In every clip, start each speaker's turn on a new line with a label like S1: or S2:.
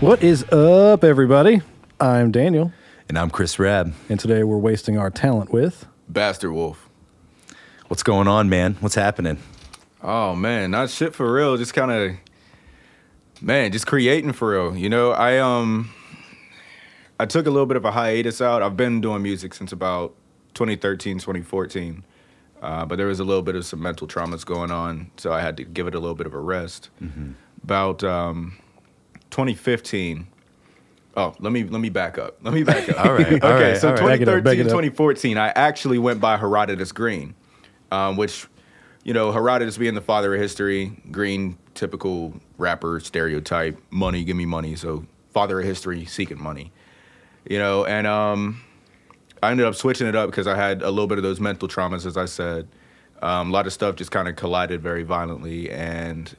S1: What is up, everybody? I'm Daniel,
S2: And I'm Chris Rab.
S1: and today we're wasting our talent with.
S3: Bastard Wolf.
S2: What's going on, man? What's happening?
S3: Oh man, not shit for real. Just kind of, man, just creating for real. You know, I um, I took a little bit of a hiatus out. I've been doing music since about 2013, 2014. Uh, but there was a little bit of some mental traumas going on, so I had to give it a little bit of a rest. About um, 2015. Oh, let me let me back up. Let me back up.
S2: All right, all
S3: okay,
S2: right,
S3: so
S2: all right.
S1: Back it up,
S3: 2013,
S1: back it up.
S3: 2014, I actually went by Herodotus Green, um, which, you know, Herodotus being the father of history, Green, typical rapper stereotype, money, give me money. So, father of history, seeking money, you know, and um, I ended up switching it up because I had a little bit of those mental traumas, as I said. Um, a lot of stuff just kind of collided very violently, and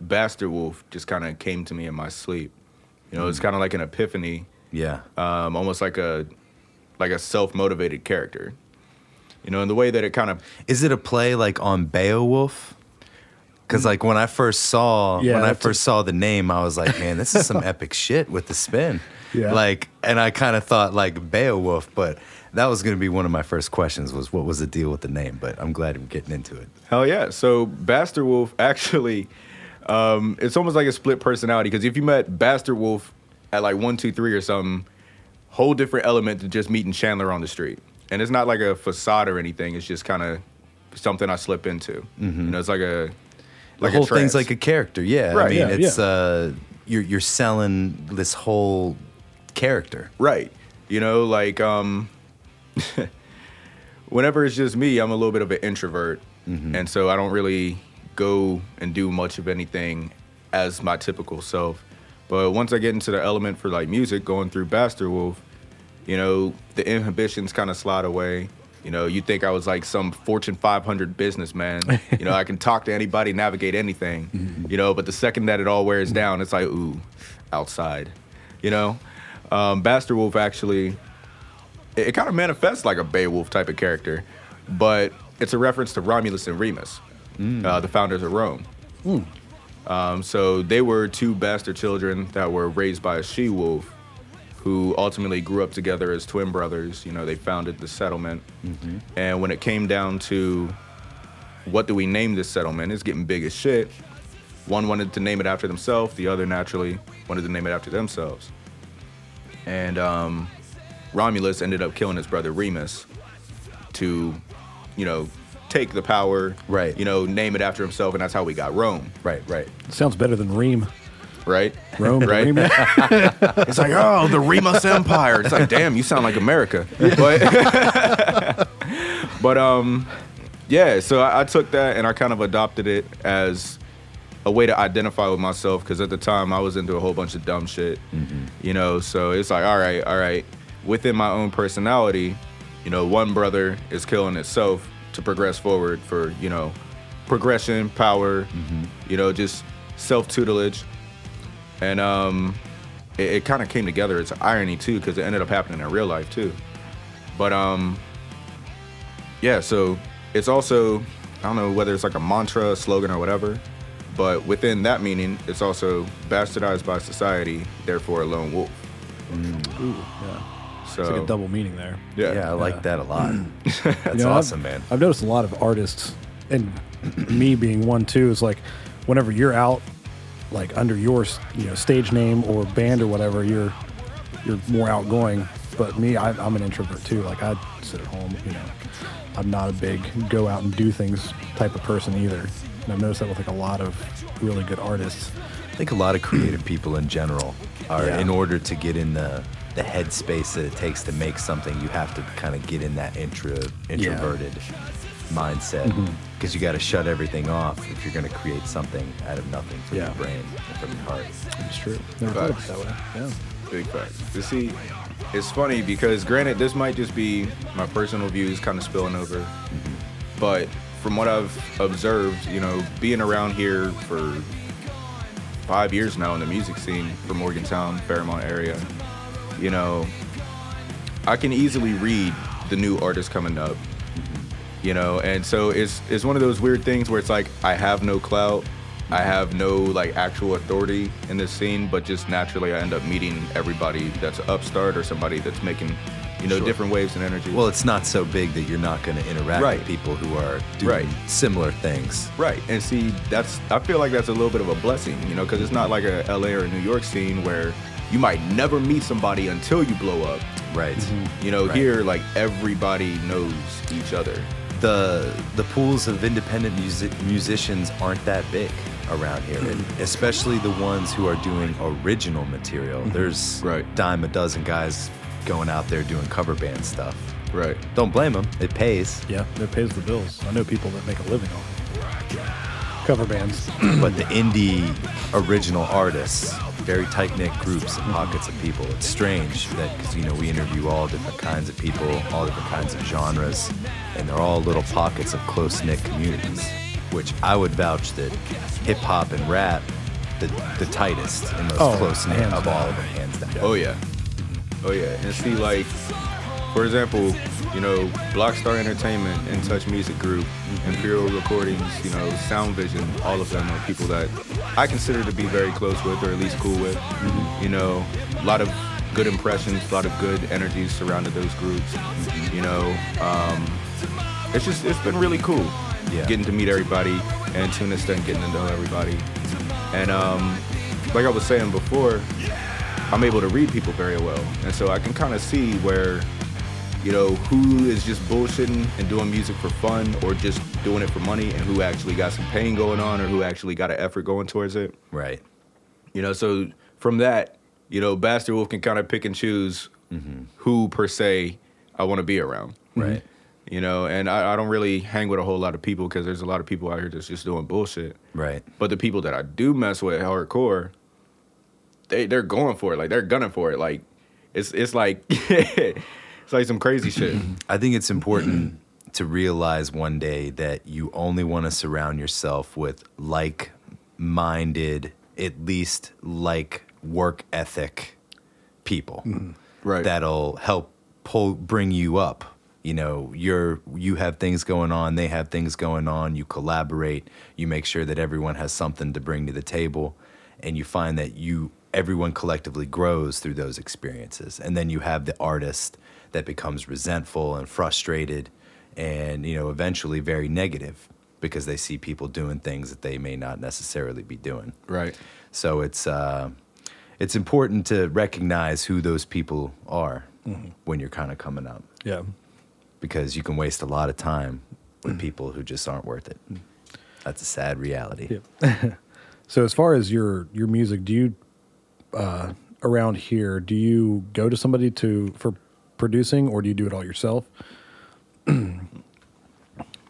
S3: Bastard Wolf just kind of came to me in my sleep. You know, it's kind of like an epiphany
S2: Yeah.
S3: um, almost like a like a self motivated character. You know, in the way that it kind of
S2: Is it a play like on Beowulf? Because like when I first saw
S1: Yeah,
S2: when I
S1: that's a-
S2: first saw the name, I was like, man, this is some epic shit with the spin.
S1: Yeah.
S2: Like, and I kind of thought like Beowulf, but that was going to be one of my first questions was what was the deal with the name? But I'm glad we're getting into it.
S3: hell yeah. So Bastard Wolf actually, um, it's almost like a split personality because if you met Bastard Wolf at like one two three or something, whole different element than just meeting Chandler on the street. And it's not like a facade or anything. It's just kind of something I slip into. You know, it's like a
S2: Mm-hmm. the
S3: like
S2: whole
S3: a trance.
S2: thing's like a character. Yeah, I
S3: Right,
S2: mean,
S1: yeah,
S2: it's
S1: yeah.
S2: uh, you're you're selling this whole character.
S3: Right. You know, like um whenever it's just me, I'm a little bit of an introvert. And so I don't really go and do much of anything as my typical self. But once I get into the element for like music going through Bastard Wolf, you know, the inhibitions kind of slide away. You know, you think I was like some Fortune 500 businessman. You know, I can talk to anybody, navigate anything. You know, but the second that it all wears down, it's like, ooh, outside. You know, um, Bastard Wolf actually, it, kind of manifests like a Beowulf type of character, but it's a reference to Romulus and Remus, uh, the founders of Rome. Um, so they were two bastard children that were raised by a she wolf who ultimately grew up together as twin brothers. You know, they founded the settlement. And when it came down to what do we name this settlement, it's getting big as shit. One wanted to name it after themselves, the other naturally wanted to name it after themselves. And um, Romulus ended up killing his brother Remus to, you know, take the power,
S2: Right.
S3: you know, name it after himself, and that's how we got Rome
S2: Right, right.
S1: Sounds better than Ream.
S3: right?
S1: Rome,
S3: right?
S1: Ream.
S3: It's like, oh, the Remus Empire. It's like, damn, you sound like America. But, but um, yeah. So I, I took that and I kind of adopted it as a way to identify with myself because at the time I was into a whole bunch of dumb shit, you know. So it's like, all right, all right. Within my own personality, you know, one brother is killing itself to progress forward for you know progression, power, you know, just self tutelage, and um, it, it kind of came together. It's irony too because it ended up happening in real life too, but um, yeah. So it's also I don't know whether it's like a mantra, slogan, or whatever. But within that meaning, it's also bastardized by society, therefore a lone wolf. So
S1: Mm. It's like a double meaning there.
S2: Yeah, I like
S1: Yeah.
S2: that a lot. That's
S1: You know, I've-
S2: awesome, man.
S1: I've noticed a lot of artists, and me being one too, is like whenever you're out, like under your you know stage name or band or whatever, you're you're more outgoing. But me, I, I'm an introvert too. Like I sit at home, you know. I'm not a big go out and do things type of person either. And I've noticed that with like a lot of really good artists.
S2: I think a lot of creative people in general are,
S1: Yeah.
S2: in order to get in the the headspace that it takes to make something, you have to kind of get in that intro, introverted mindset
S1: Mm-hmm.
S2: because you got to shut everything off if you're going to create something out of nothing from
S1: Yeah.
S2: your brain and from your heart.
S1: It's true. Never thought about
S3: Facts.
S1: it that way. Yeah.
S3: Big facts. You see, it's funny because granted, this might just be my personal views kind of spilling over, but from what I've observed, you know, being around here for five years now in the music scene for Morgantown, Fairmont area, you know, I can easily read the new artists coming up, you know, and so it's it's one of those weird things where it's like I have no clout, I have no like actual authority in this scene, but just naturally I end up meeting everybody that's an upstart or somebody that's making, you know,
S2: Sure.
S3: different waves and energy.
S2: Well, it's not so big that you're not going to interact
S3: Right.
S2: with people who are doing
S3: Right.
S2: similar things.
S3: Right, and see, that's I feel like that's a little bit of a blessing, you know, because it's not like a LA or a New York scene where you might never meet somebody until you blow up.
S2: Right.
S1: Mm-hmm.
S3: You know,
S2: Right.
S3: here like everybody knows each other.
S2: the the pools of independent music musicians aren't that big around here, and especially the ones who are doing original material. There's
S3: Right.
S2: dime a dozen guys going out there doing cover band stuff.
S3: Right.
S2: Don't blame them; it pays.
S1: Yeah, it pays the bills. I know people that make a living off it. cover bands.
S2: but the indie original artists, very tight knit groups and pockets of people. It's strange that because you know we interview all different kinds of people, all different kinds of genres, and they're all little pockets of close knit communities. Which I would vouch that hip hop and rap, the, the tightest and most
S1: Oh,
S2: close knit
S1: hands
S2: of
S1: down.
S2: all of them, hands down.
S3: Oh yeah. Oh yeah. And see, like, for example, you know, Blockstar Entertainment and Touch Music Group, Imperial Recordings, you know, Sound Vision, all of them are people that I consider to be very close with, or at least cool with. You know, a lot of good impressions, a lot of good energies surrounded those groups. You know, um, it's just it's been really cool.
S2: Yeah.
S3: Getting to meet everybody and tune this thing, getting to know everybody. And um, like I was saying before, I'm able to read people very well. And so I can kind of see where, you know, who is just bullshitting and doing music for fun or just doing it for money and who actually got some pain going on or who actually got an effort going towards it.
S2: Right.
S3: You know, so from that, you know, Bastard Wolf can kind of pick and choose who per se I want to be around.
S2: Right.
S3: You know, and I, I don't really hang with a whole lot of people because there's a lot of people out here that's just doing bullshit.
S2: Right.
S3: But the people that I do mess with hardcore, they they're going for it. Like they're gunning for it. Like it's it's like it's like some crazy shit.
S2: I think it's important to realize one day that you only want to surround yourself with like minded, at least like work ethic people
S3: Right.
S2: that'll help pull bring you up. You know, you're you have things going on, they have things going on, you collaborate, you make sure that everyone has something to bring to the table, and you find that you everyone collectively grows through those experiences. And then you have the artist that becomes resentful and frustrated and you know, eventually very negative because they see people doing things that they may not necessarily be doing.
S3: right.
S2: So it's uh, it's important to recognize who those people are when you're kind of coming up,
S1: Yeah.
S2: because you can waste a lot of time with people who just aren't worth it. That's a sad reality.
S1: Yeah. So as far as your your music, do you uh, around here do you go to somebody to for producing or do you do it all yourself?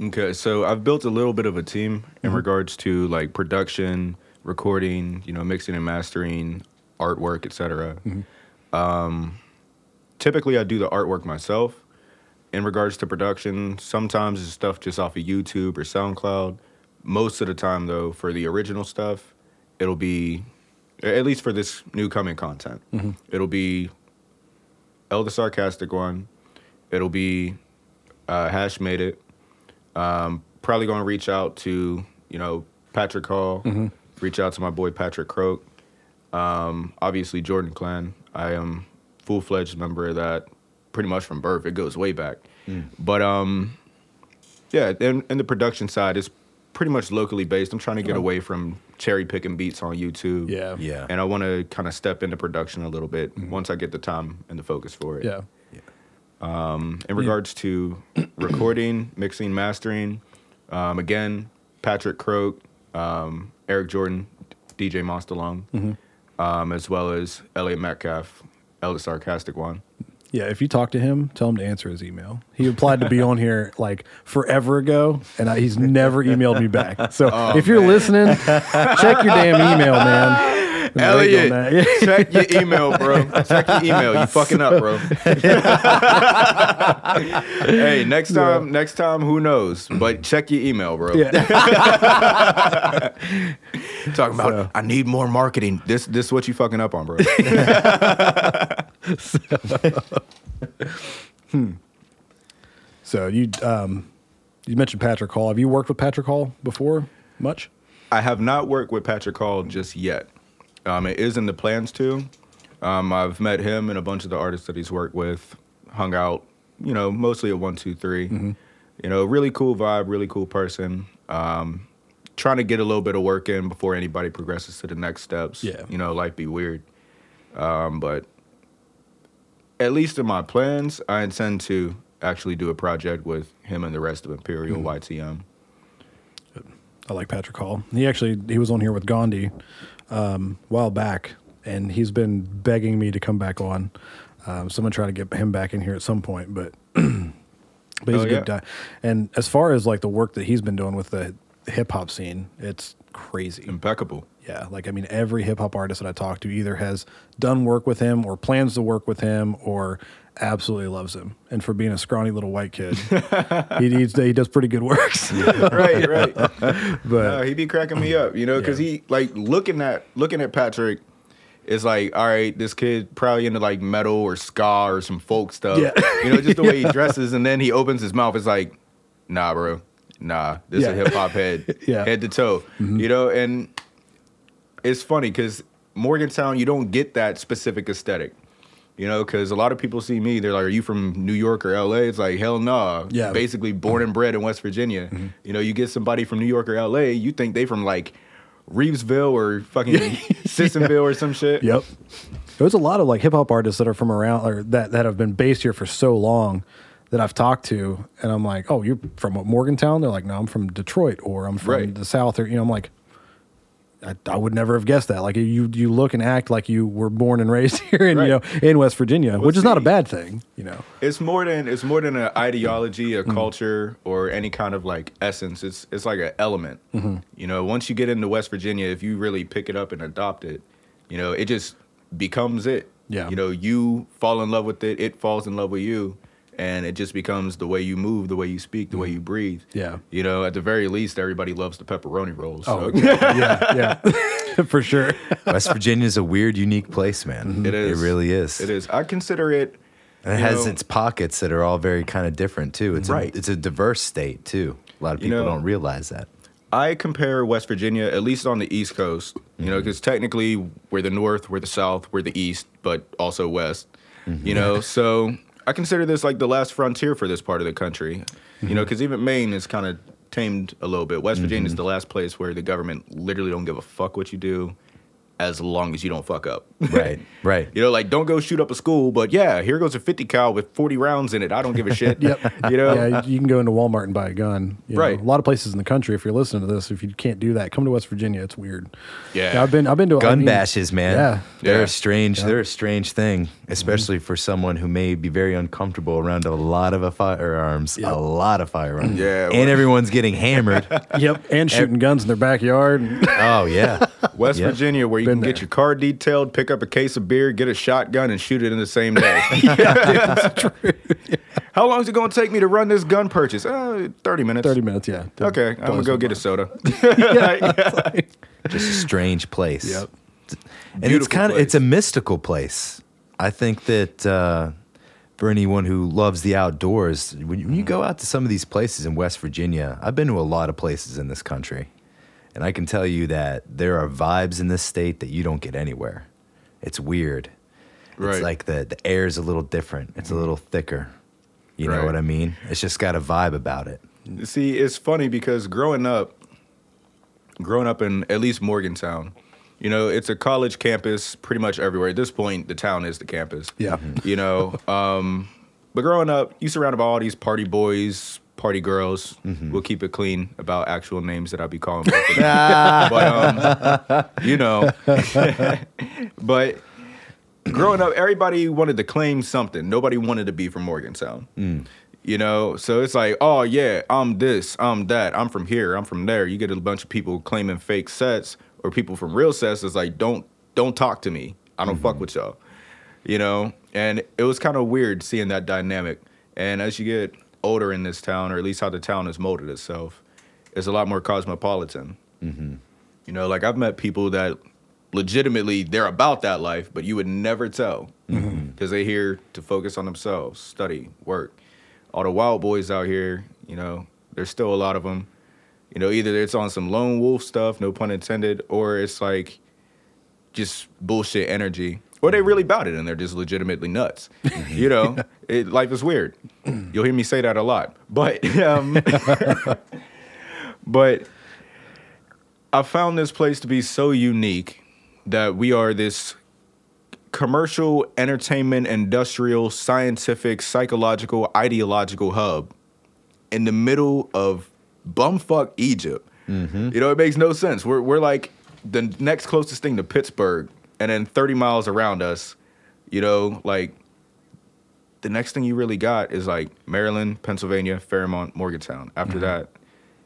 S3: Okay. So I've built a little bit of a team in regards to like production, recording, you know, mixing and mastering, artwork, etc. Um, typically, I do the artwork myself. In regards to production, sometimes it's stuff just off of YouTube or SoundCloud. Most of the time, though, for the original stuff, it'll be, a- at least for this new coming content, it'll be El the Sarcastic One. It'll be uh, Hash Made It Um, probably gonna reach out to you know Patrick Hall, reach out to my boy Patrick Croak, um, obviously Jordan Clan. I am full fledged member of that, pretty much from birth. It goes way back, but um, yeah, and, and the production side is pretty much locally based. I'm trying to get away from cherry picking beats on YouTube.
S1: Yeah.
S2: Yeah.
S3: And I want to kind of step into production a little bit once I get the time and the focus for it.
S1: Mm-hmm. Yeah.
S3: In regards to recording, mixing, mastering, um, again, Patrick Croak, um, Eric Jordan, DJ Mostalong,
S1: Mm-hmm.
S3: um, as well as Elliot Metcalf, Elliot Sarcastic One.
S1: Yeah, if you talk to him, tell him to answer his email. He applied to be on here like forever ago, and I, he's never emailed me back. So
S3: Oh,
S1: if you're listening, check your damn email, man. Been waiting
S3: Elliot,
S1: on that. Yeah.
S3: check your email, bro. Check your email. You fucking up, bro. hey, next time, next time, who knows? But check your email, bro.
S1: Yeah.
S3: Talking about,
S1: So-
S3: I need more marketing. This, this, what you fucking up on, bro?
S1: So you um, you mentioned Patrick Hall. Have you worked with Patrick Hall before much?
S3: I have not worked with Patrick Hall just yet. Um, it is in the plans to. Um, I've met him and a bunch of the artists that he's worked with, hung out, you know, mostly at one, two, three. You know, really cool vibe, really cool person. Um, trying to get a little bit of work in before anybody progresses to the next steps.
S1: Yeah.
S3: You know, life be weird. Um, but at least in my plans, I intend to actually do a project with him and the rest of Imperial YTM.
S1: I like Patrick Hall. He actually he was on here with Gandhi um, a while back, and he's been begging me to come back on. Um, so I'm gonna try to get him back in here at some point, but but he's
S3: Oh,
S1: a
S3: yeah.
S1: good guy. And as far as like the work that he's been doing with the hip hop scene, it's crazy.
S3: Impeccable.
S1: Yeah, like I mean, every hip hop artist that I talk to either has done work with him or plans to work with him or absolutely loves him. And for being a scrawny little white kid, he, he, he does pretty good works.
S3: right, right.
S1: but
S3: No, he be cracking me up, you know, because
S1: Yeah.
S3: he like looking at looking at Patrick. It's like, all right, this kid probably into like metal or ska or some folk stuff.
S1: Yeah.
S3: You know, just the way he dresses, and then he opens his mouth. It's like, nah, bro, nah, this
S1: Yeah.
S3: a hip hop head,
S1: Yeah. Mm-hmm.
S3: head to toe. You know, and it's funny because Morgantown, you don't get that specific aesthetic. You know, because a lot of people see me, they're like, "Are you from New York or LA?" It's like, hell no.
S1: Yeah.
S3: Basically, born and bred in West Virginia. You know, you get somebody from New York or LA, you think they from like Reevesville or fucking Sissonville or some shit.
S1: Yep. There's a lot of like hip hop artists that are from around or that, that have been based here for so long that I've talked to, and I'm like, oh, you're from what, Morgantown? They're like, no, I'm from Detroit or I'm from
S3: Right.
S1: the South, or you know, I'm like, I, I would never have guessed that. Like you, you look and act like you were born and raised here, in you know,
S3: Right.
S1: in West Virginia, which is not a
S3: see.
S1: bad thing, you know.
S3: It's more than it's more than an
S1: Mm-hmm.
S3: ideology, a culture, or any kind of like essence. It's it's like an element.
S1: Mm-hmm.
S3: You know, once you get into West Virginia, if you really pick it up and adopt it, you know, it just becomes it.
S1: Yeah.
S3: You know, you fall in love with it, it falls in love with you, and it just becomes the way you move, the way you speak, the way you breathe.
S1: Mm-hmm. Yeah. Oh.
S3: You know, at the very least, everybody loves the pepperoni rolls. so
S1: yeah, yeah, for sure.
S2: West Virginia is a weird, unique place, man.
S3: It is.
S2: It really is.
S3: it is. I consider it.
S2: And it
S3: you
S2: has
S3: know-
S2: its pockets that are all very kind of different too. It's
S3: Right.
S2: a, it's a diverse state too. A lot of
S3: You
S2: people
S3: know-
S2: don't realize that.
S3: I compare West Virginia, at least on the East Coast, you
S1: Mm-hmm.
S3: know, because technically we're the North, we're the South, we're the East, but also West,
S1: Mm-hmm.
S3: you know. So I consider this like the last frontier for this part of the country, you
S1: Mm-hmm.
S3: know, because even Maine is kind of tamed a little bit. West Virginia is the last place where the government literally don't give a fuck what you do as long as you don't fuck up.
S2: Right. Right.
S3: You know, like don't go shoot up a school, but yeah, here goes a fifty cal with forty rounds in it. I don't give a shit.
S1: Yep.
S3: You know,
S1: yeah, you can go into Walmart and buy a gun. you know.
S3: Right.
S1: a lot of places in the country. If you're listening to this, if you can't do that, come to West Virginia. It's weird.
S3: Yeah.
S1: I've been. I've been to I
S2: Gun
S1: mean,
S2: bashes, man.
S1: Yeah. Mm-hmm.
S2: They're
S3: Yeah.
S2: a strange. They're a strange thing, especially for someone who may be very uncomfortable around a lot of a firearms.
S1: Yep.
S2: A lot of firearms.
S3: Yeah,
S2: And
S3: well-
S2: everyone's getting hammered.
S1: Yep. And shooting guns in their backyard. and-
S2: oh yeah.
S3: West
S2: Yeah.
S3: Virginia, where you
S1: Been
S3: can get
S1: there.
S3: your car detailed, pick up a case of beer, get a shotgun, and shoot it in the same day. How long is it going to take me to run this gun purchase? Uh, 30 minutes.
S1: Thirty minutes. Yeah.
S3: Okay, I'm going to go get a soda.
S2: Just a strange place.
S1: Yep.
S2: And it's
S3: Beautiful
S2: kind of
S3: place.
S2: it's a mystical place. I think that uh, for anyone who loves the outdoors, when you, when you go out to some of these places in West Virginia, I've been to a lot of places in this country, and I can tell you that there are vibes in this state that you don't get anywhere. It's weird.
S3: Right.
S2: It's like the the air is a little different. It's a little thicker. You know
S3: Right.
S2: what I mean? It's just got a vibe about it.
S3: See, it's funny because growing up, growing up in at least Morgantown, you know, it's a college campus pretty much everywhere. At this point, the town is the campus.
S1: Yeah.
S3: You know, um, but growing up, you surrounded by all these party boys, party girls. We'll keep it clean about actual names that I'll be calling. back to them. but um, you know, but growing up, everybody wanted to claim something. Nobody wanted to be from Morgantown. You know, so it's like, oh yeah, I'm this, I'm that, I'm from here, I'm from there. You get a bunch of people claiming fake sets or people from real sets. It's like, don't don't talk to me. I don't fuck with y'all. You know, and it was kind of weird seeing that dynamic. And as you get older in this town, or at least how the town has molded itself, it's a lot more cosmopolitan. You know, like I've met people that legitimately they're about that life, but you would never tell because they here to focus on themselves, study, work. All the wild boys out here, you know, there's still a lot of them. You know, either it's on some lone wolf stuff, no pun intended, or it's like just bullshit energy. Or they really bout it and they're just legitimately nuts. You know, it, life is weird. You'll hear me say that a lot. But um, but I found this place to be so unique that we are this commercial, entertainment, industrial, scientific, psychological, ideological hub in the middle of bumfuck Egypt.
S1: Mm-hmm.
S3: You know, it makes no sense. We're, we're like the next closest thing to Pittsburgh, and then 30 miles around us, you know, like the next thing you really got is like Maryland, Pennsylvania, Fairmont, Morgantown.
S1: Mm-hmm.
S3: After that,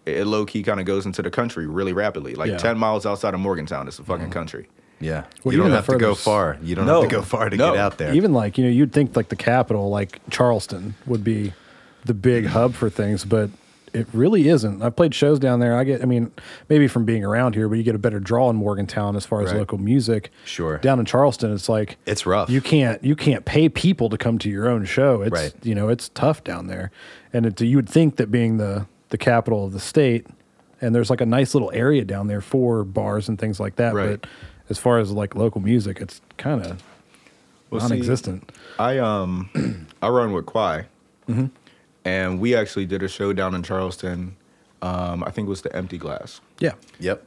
S3: it, low key kind of goes into the country really rapidly. Like
S1: Yeah. Mm-hmm.
S3: 10 miles outside of Morgantown is the fucking country.
S2: Yeah.
S1: Well,
S2: you
S1: even
S2: don't
S1: the
S2: have to go
S1: furthest-
S2: far. You don't
S3: No.
S2: have to go far to
S3: No.
S2: get out there.
S1: Even like, you know, you'd think like the capital, like Charleston, would be the
S3: Mm.
S1: big hub for things, but it really isn't. I've played shows down there. I get, I mean, maybe from being around here, but you get a better draw in Morgantown as far as
S2: Right.
S1: local music.
S2: Sure.
S1: Down in Charleston, it's like
S2: It's rough.
S1: You can't you can't pay people to come to your own show. It's
S2: Right.
S1: you know it's tough down there, and it, you would think that being the the capital of the state, and there's like a nice little area down there for bars and things like that.
S3: Right.
S1: But as far as like local music, it's kind of
S3: see-
S1: non-existent.
S3: I um I run with Kwai, and we actually did a show down in Charleston. Um, I think it was the Empty Glass.
S1: yeah,
S2: Yep.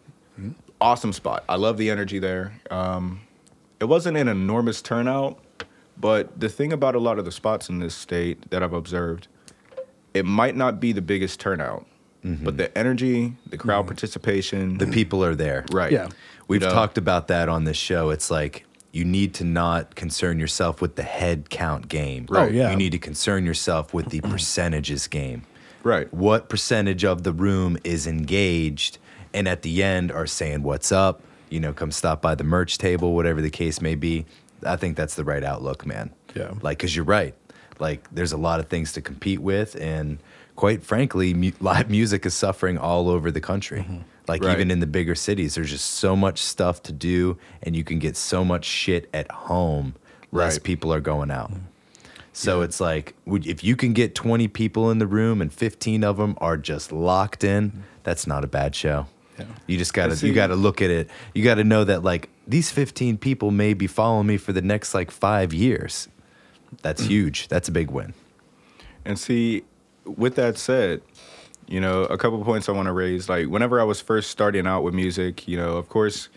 S3: Awesome spot. I love the energy there. Um, it wasn't an enormous turnout, but the thing about a lot of the spots in this state that I've observed, it might not be the biggest turnout, but the energy, the crowd participation,
S2: The people are there.
S3: right,
S1: Yeah.
S2: We've
S3: You know?
S2: talked about that on this show. It's like you need to not concern yourself with the head count game.
S1: Oh, yeah.
S2: You need to concern yourself with the percentages game.
S3: right,
S2: What percentage of the room is engaged and at the end are saying what's up, you know, come stop by the merch table, whatever the case may be. I think that's the right outlook, man.
S1: Yeah.
S2: Like cuz you're right. Like there's a lot of things to compete with and quite frankly, mu- live music is suffering all over the country.
S1: Mm-hmm.
S2: Like
S3: Right.
S2: even in the bigger cities, there's just so much stuff to do, and you can get so much shit at home. Less
S3: Right.
S2: people are going out. So it's like would- if you can get 20 people in the room and 15 of them are just locked in, that's not a bad show. You just gotta
S3: see-
S2: you gotta look at it. You gotta know that like these 15 people may be following me for the next like five years. That's
S3: Mm.
S2: huge. That's a big win.
S3: And see, with that said, you know, a couple points I want to raise. Like, whenever I was first starting out with music, you know, of course,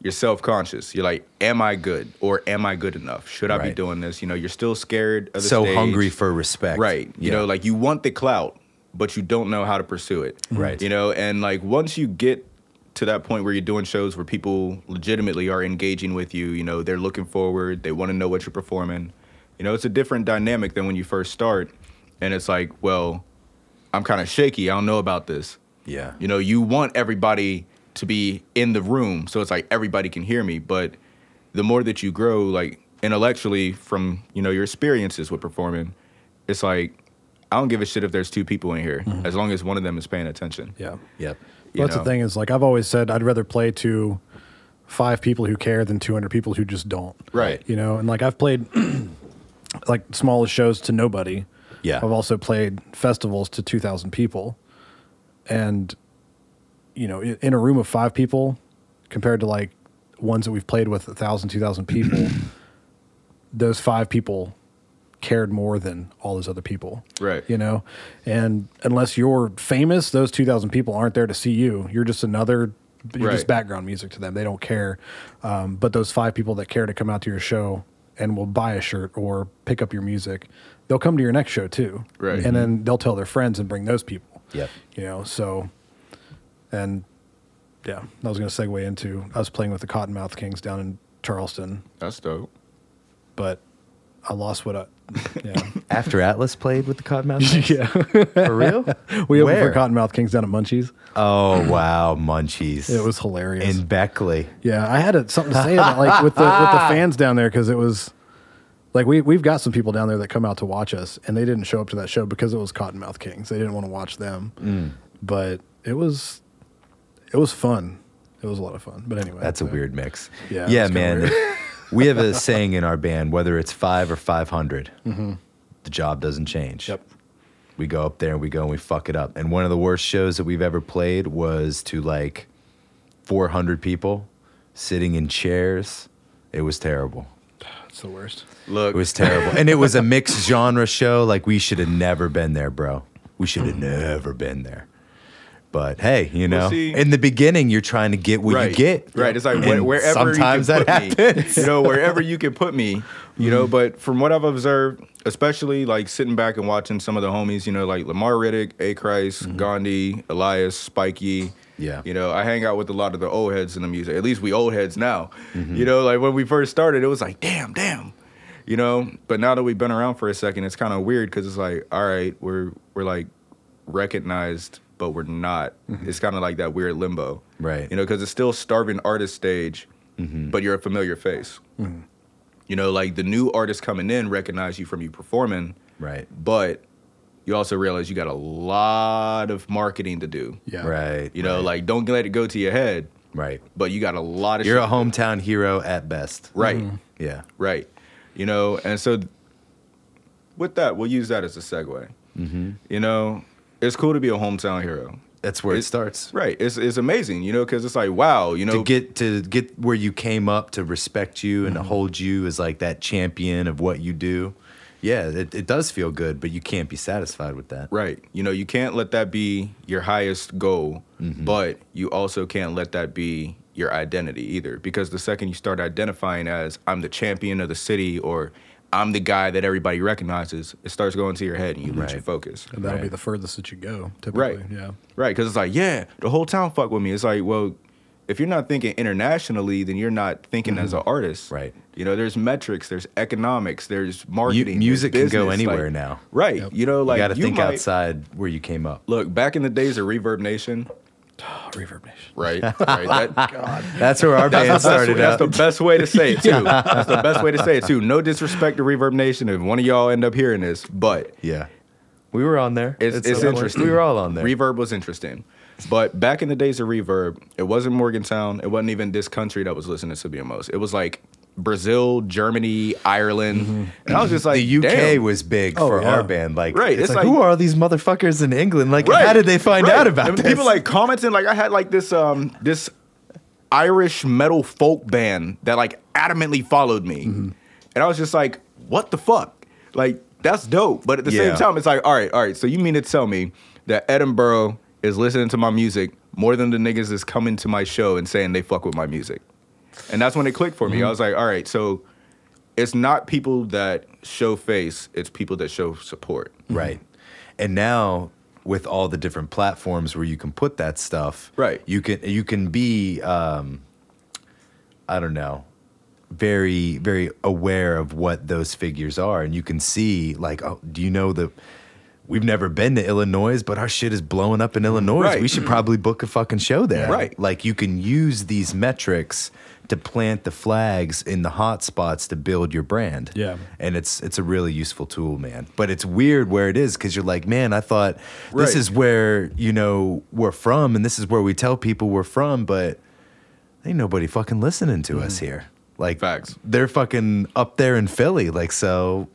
S3: you're self conscious. You're like, am I good or am I good enough? Should I be
S2: Right.
S3: doing this? You know, you're still scared of the
S2: So
S3: stage.
S2: hungry for respect.
S3: Right. You know, like you want the clout, but you don't know how to pursue it.
S2: Right.
S3: You know, and like once you get to that point where you're doing shows where people legitimately are engaging with you, you know, they're looking forward, they want to know what you're performing. You know, it's a different dynamic than when you first start and it's like, well, I'm kind of shaky. I don't know about this.
S2: Yeah.
S3: You know, you want everybody to be in the room, so it's like everybody can hear me. But the more that you grow, like intellectually from you know your experiences with performing, it's like I don't give a shit if there's two people in here,
S2: Mm-hmm.
S3: as long as one of them is paying attention.
S1: yeah.
S2: Yep.
S3: you
S1: Well, that's
S3: know?
S1: the thing is like I've always said I'd rather play to five people who care than 200 people who just don't.
S3: Right.
S1: You know, and like I've played like smallest shows to nobody.
S2: Yeah.
S1: I've also played festivals to 2000 people. And you know, i- in a room of 5 people compared to like ones that we've played with 1000 2000 people, those 5 people cared more than all those other people.
S3: Right.
S1: You know, and unless you're famous, those 2,000 people aren't there to see you. You're just another, you're just
S3: Right.
S1: background music to them. They don't care. Um, but those five people that care to come out to your show and will buy a shirt or pick up your music, they'll come to your next show too.
S3: Right.
S1: And then they'll tell their friends and bring those people.
S2: Yep.
S1: You know, so, and yeah, I was going to segue into us playing with the Cottonmouth Kings down in Charleston,
S3: That's dope.
S1: but I lost what I, yeah.
S2: After Atlas played with the Codmouth?
S1: yeah.
S2: For real?
S1: We opened
S2: Where?
S1: for Cottonmouth Kings down at Munchies.
S2: Oh wow, munchies.
S1: It was hilarious.
S2: in Beckley.
S1: yeah, I had a, something to say about like with the with the fans down there because it was like we we've got some people down there that come out to watch us and they didn't show up to that show because it was Cottonmouth Kings. They didn't want to watch them, but it was it was fun. It was a lot of fun. But anyway,
S2: That's a
S1: so-
S2: weird mix.
S1: Yeah,
S2: yeah,
S1: it's kinda
S2: man. we have a saying in our band: whether it's five or five hundred, the job doesn't change.
S1: Mm-hmm. Yep.
S2: we go up there and we go and we fuck it up. And one of the worst shows that we've ever played was to like 400 people sitting in chairs. It was terrible.
S1: It's the worst.
S3: Look,
S2: It was terrible. and it was a mixed genre show. Like we should have never been there, bro. We should have never been there. But hey, you know,
S3: Well, see-
S2: in the beginning, you're trying to get what
S3: right,
S2: you get.
S3: Right. It's like
S2: And
S3: where, wherever
S2: sometimes
S3: you can
S2: that
S3: put
S2: happens. Mm.
S3: Me, you know, wherever you can put me, you know. But from what I've observed, especially like sitting back and watching some of the homies, you know, like Lamar Riddick, A. Christ, Gandhi, Elias, Spikey.
S2: Mm-hmm. Yeah.
S3: You know, I hang out with a lot of the old heads in the music. At least we old heads now.
S2: Mm-hmm.
S3: You know, like when we first started, it was like, damn, damn. You know, but now that we've been around for a second, it's kind of weird because it's like, all right, we're we're like recognized, but we're not.
S2: Mm-hmm.
S3: It's kind of like that weird limbo,
S2: Right. Mm-hmm.
S3: You know, because it's still starving artist stage, but you're a familiar face. You know, like the new artists coming in recognize you from you performing,
S2: Right.
S3: but you also realize you got a lot of marketing to do.
S1: Yeah.
S2: Right.
S3: You know, like don't let it go to your head,
S2: right.
S3: but you got a lot of
S2: You're a Mm-hmm.
S3: shit-
S2: hometown hero at best.
S3: right,
S2: Yeah.
S3: right. You know, and so with that, we'll use that as a segue.
S2: Mm-hmm.
S3: You know, it's cool to be a hometown hero.
S2: That's where it,
S3: It-
S2: starts.
S3: Right. It's it's amazing, you know, because it's like wow, you know,
S2: To get to get where you came up to respect you and
S3: Mm-hmm.
S2: to hold you as like that champion of what you do. Yeah, it, it does feel good, but you can't be satisfied with that.
S3: right. You know, you can't let that be your highest goal,
S2: Mm-hmm.
S3: but you also can't let that be your identity either, because the second you start identifying as I'm the champion of the city or I'm the guy that everybody recognizes, it starts going to your head and you lose your
S2: Right.
S3: focus.
S1: And that'll be
S2: Right.
S1: the furthest that you go, typically.
S3: Right.
S1: Yeah.
S3: Right, because it's like, yeah, the whole town fuck with me. It's like, well, if you're not thinking internationally, then you're not thinking as an artist.
S2: Mm-hmm. Right.
S3: You know, there's metrics, there's economics, there's
S2: You,
S3: marketing. there's
S2: music can go
S3: business,
S2: anywhere
S3: like-
S2: now.
S3: Right.
S1: Yep.
S3: You know, like
S2: you got to think
S3: might-
S2: outside where you came up.
S3: Look, back in the days of Reverb Nation,
S1: Oh, Reverb Nation.
S3: right? Right. That,
S2: That's where our band
S3: that's, that's,
S2: started
S3: that's
S2: out.
S3: the best way to say it too. That's the best way to say it too. No disrespect to Reverb Nation if one of y'all end up hearing this, but
S2: yeah, we were on there.
S3: It's,
S2: at
S3: it's,
S2: some point.
S3: interesting.
S2: We were all on there.
S3: Reverb was interesting. But back in the days of Reverb, it wasn't Morgantown. It wasn't even this country that was listening to me the most. It was like Brazil, Germany, Ireland. And I was just like,
S2: Mm-hmm. the UK
S3: damn.
S2: was big
S1: Oh,
S2: for
S1: yeah.
S2: our band. Like,
S3: Right,
S2: it's,
S3: it's
S2: like,
S3: like-
S2: who are these motherfuckers in England? Like,
S3: Right,
S2: how did they find
S3: right.
S2: out about
S3: and
S2: this?
S3: People like commenting. Like I had like this um this Irish metal folk band that like adamantly followed me,
S2: Mm-hmm.
S3: and I was just like, what the fuck? Like that's dope. But at the
S2: Yeah.
S3: same time, it's like, all right, all right. So you mean to tell me that Edinburgh is listening to my music more than the niggas is coming to my show and saying they fuck with my music? And that's when it clicked for me.
S2: Mm-hmm.
S3: I was like, all right, so it's not people that show face; it's people that show support.
S2: Right. And now with all the different platforms where you can put that stuff,
S3: Right.
S2: You can you can be um I don't know, very very aware of what those figures are and you can see like oh, do you know the We've never been to Illinois, but our shit is blowing up in Illinois.
S3: Mm-hmm. Right.
S2: We should probably book a fucking show there.
S3: Right.
S2: Like you can use these metrics to plant the flags in the hot spots to build your brand
S1: Yeah.
S2: and it's it's a really useful tool, man. But it's weird where it is because you're like, man, I thought this
S3: Right.
S2: is where you know we're from, and this is where we tell people we're from, but ain't nobody fucking listening to us here. Like,
S3: Mm-hmm. Facts.
S2: they're fucking up there in Philly, like so.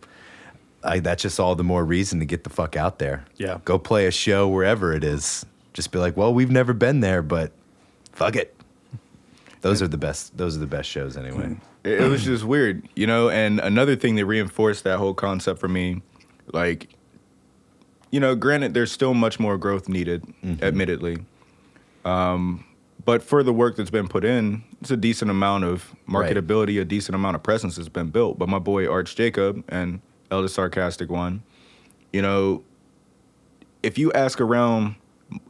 S2: I, that's just all the more reason to get the fuck out there.
S1: Yeah.
S2: go play a show wherever it is. Just be like, well, we've never been there, but fuck it. Those are the best. Those are the best shows anyway.
S3: Mm. it, it was just weird, you know. And another thing that reinforced that whole concept for me, like, you know, granted, there's still much more growth needed, admittedly. Um, but for the work that's been put in, it's a decent amount of
S2: Right.
S3: marketability, a decent amount of presence has been built. But my boy Arch Jacob and Elder Sarcastic One, you know, if you ask around,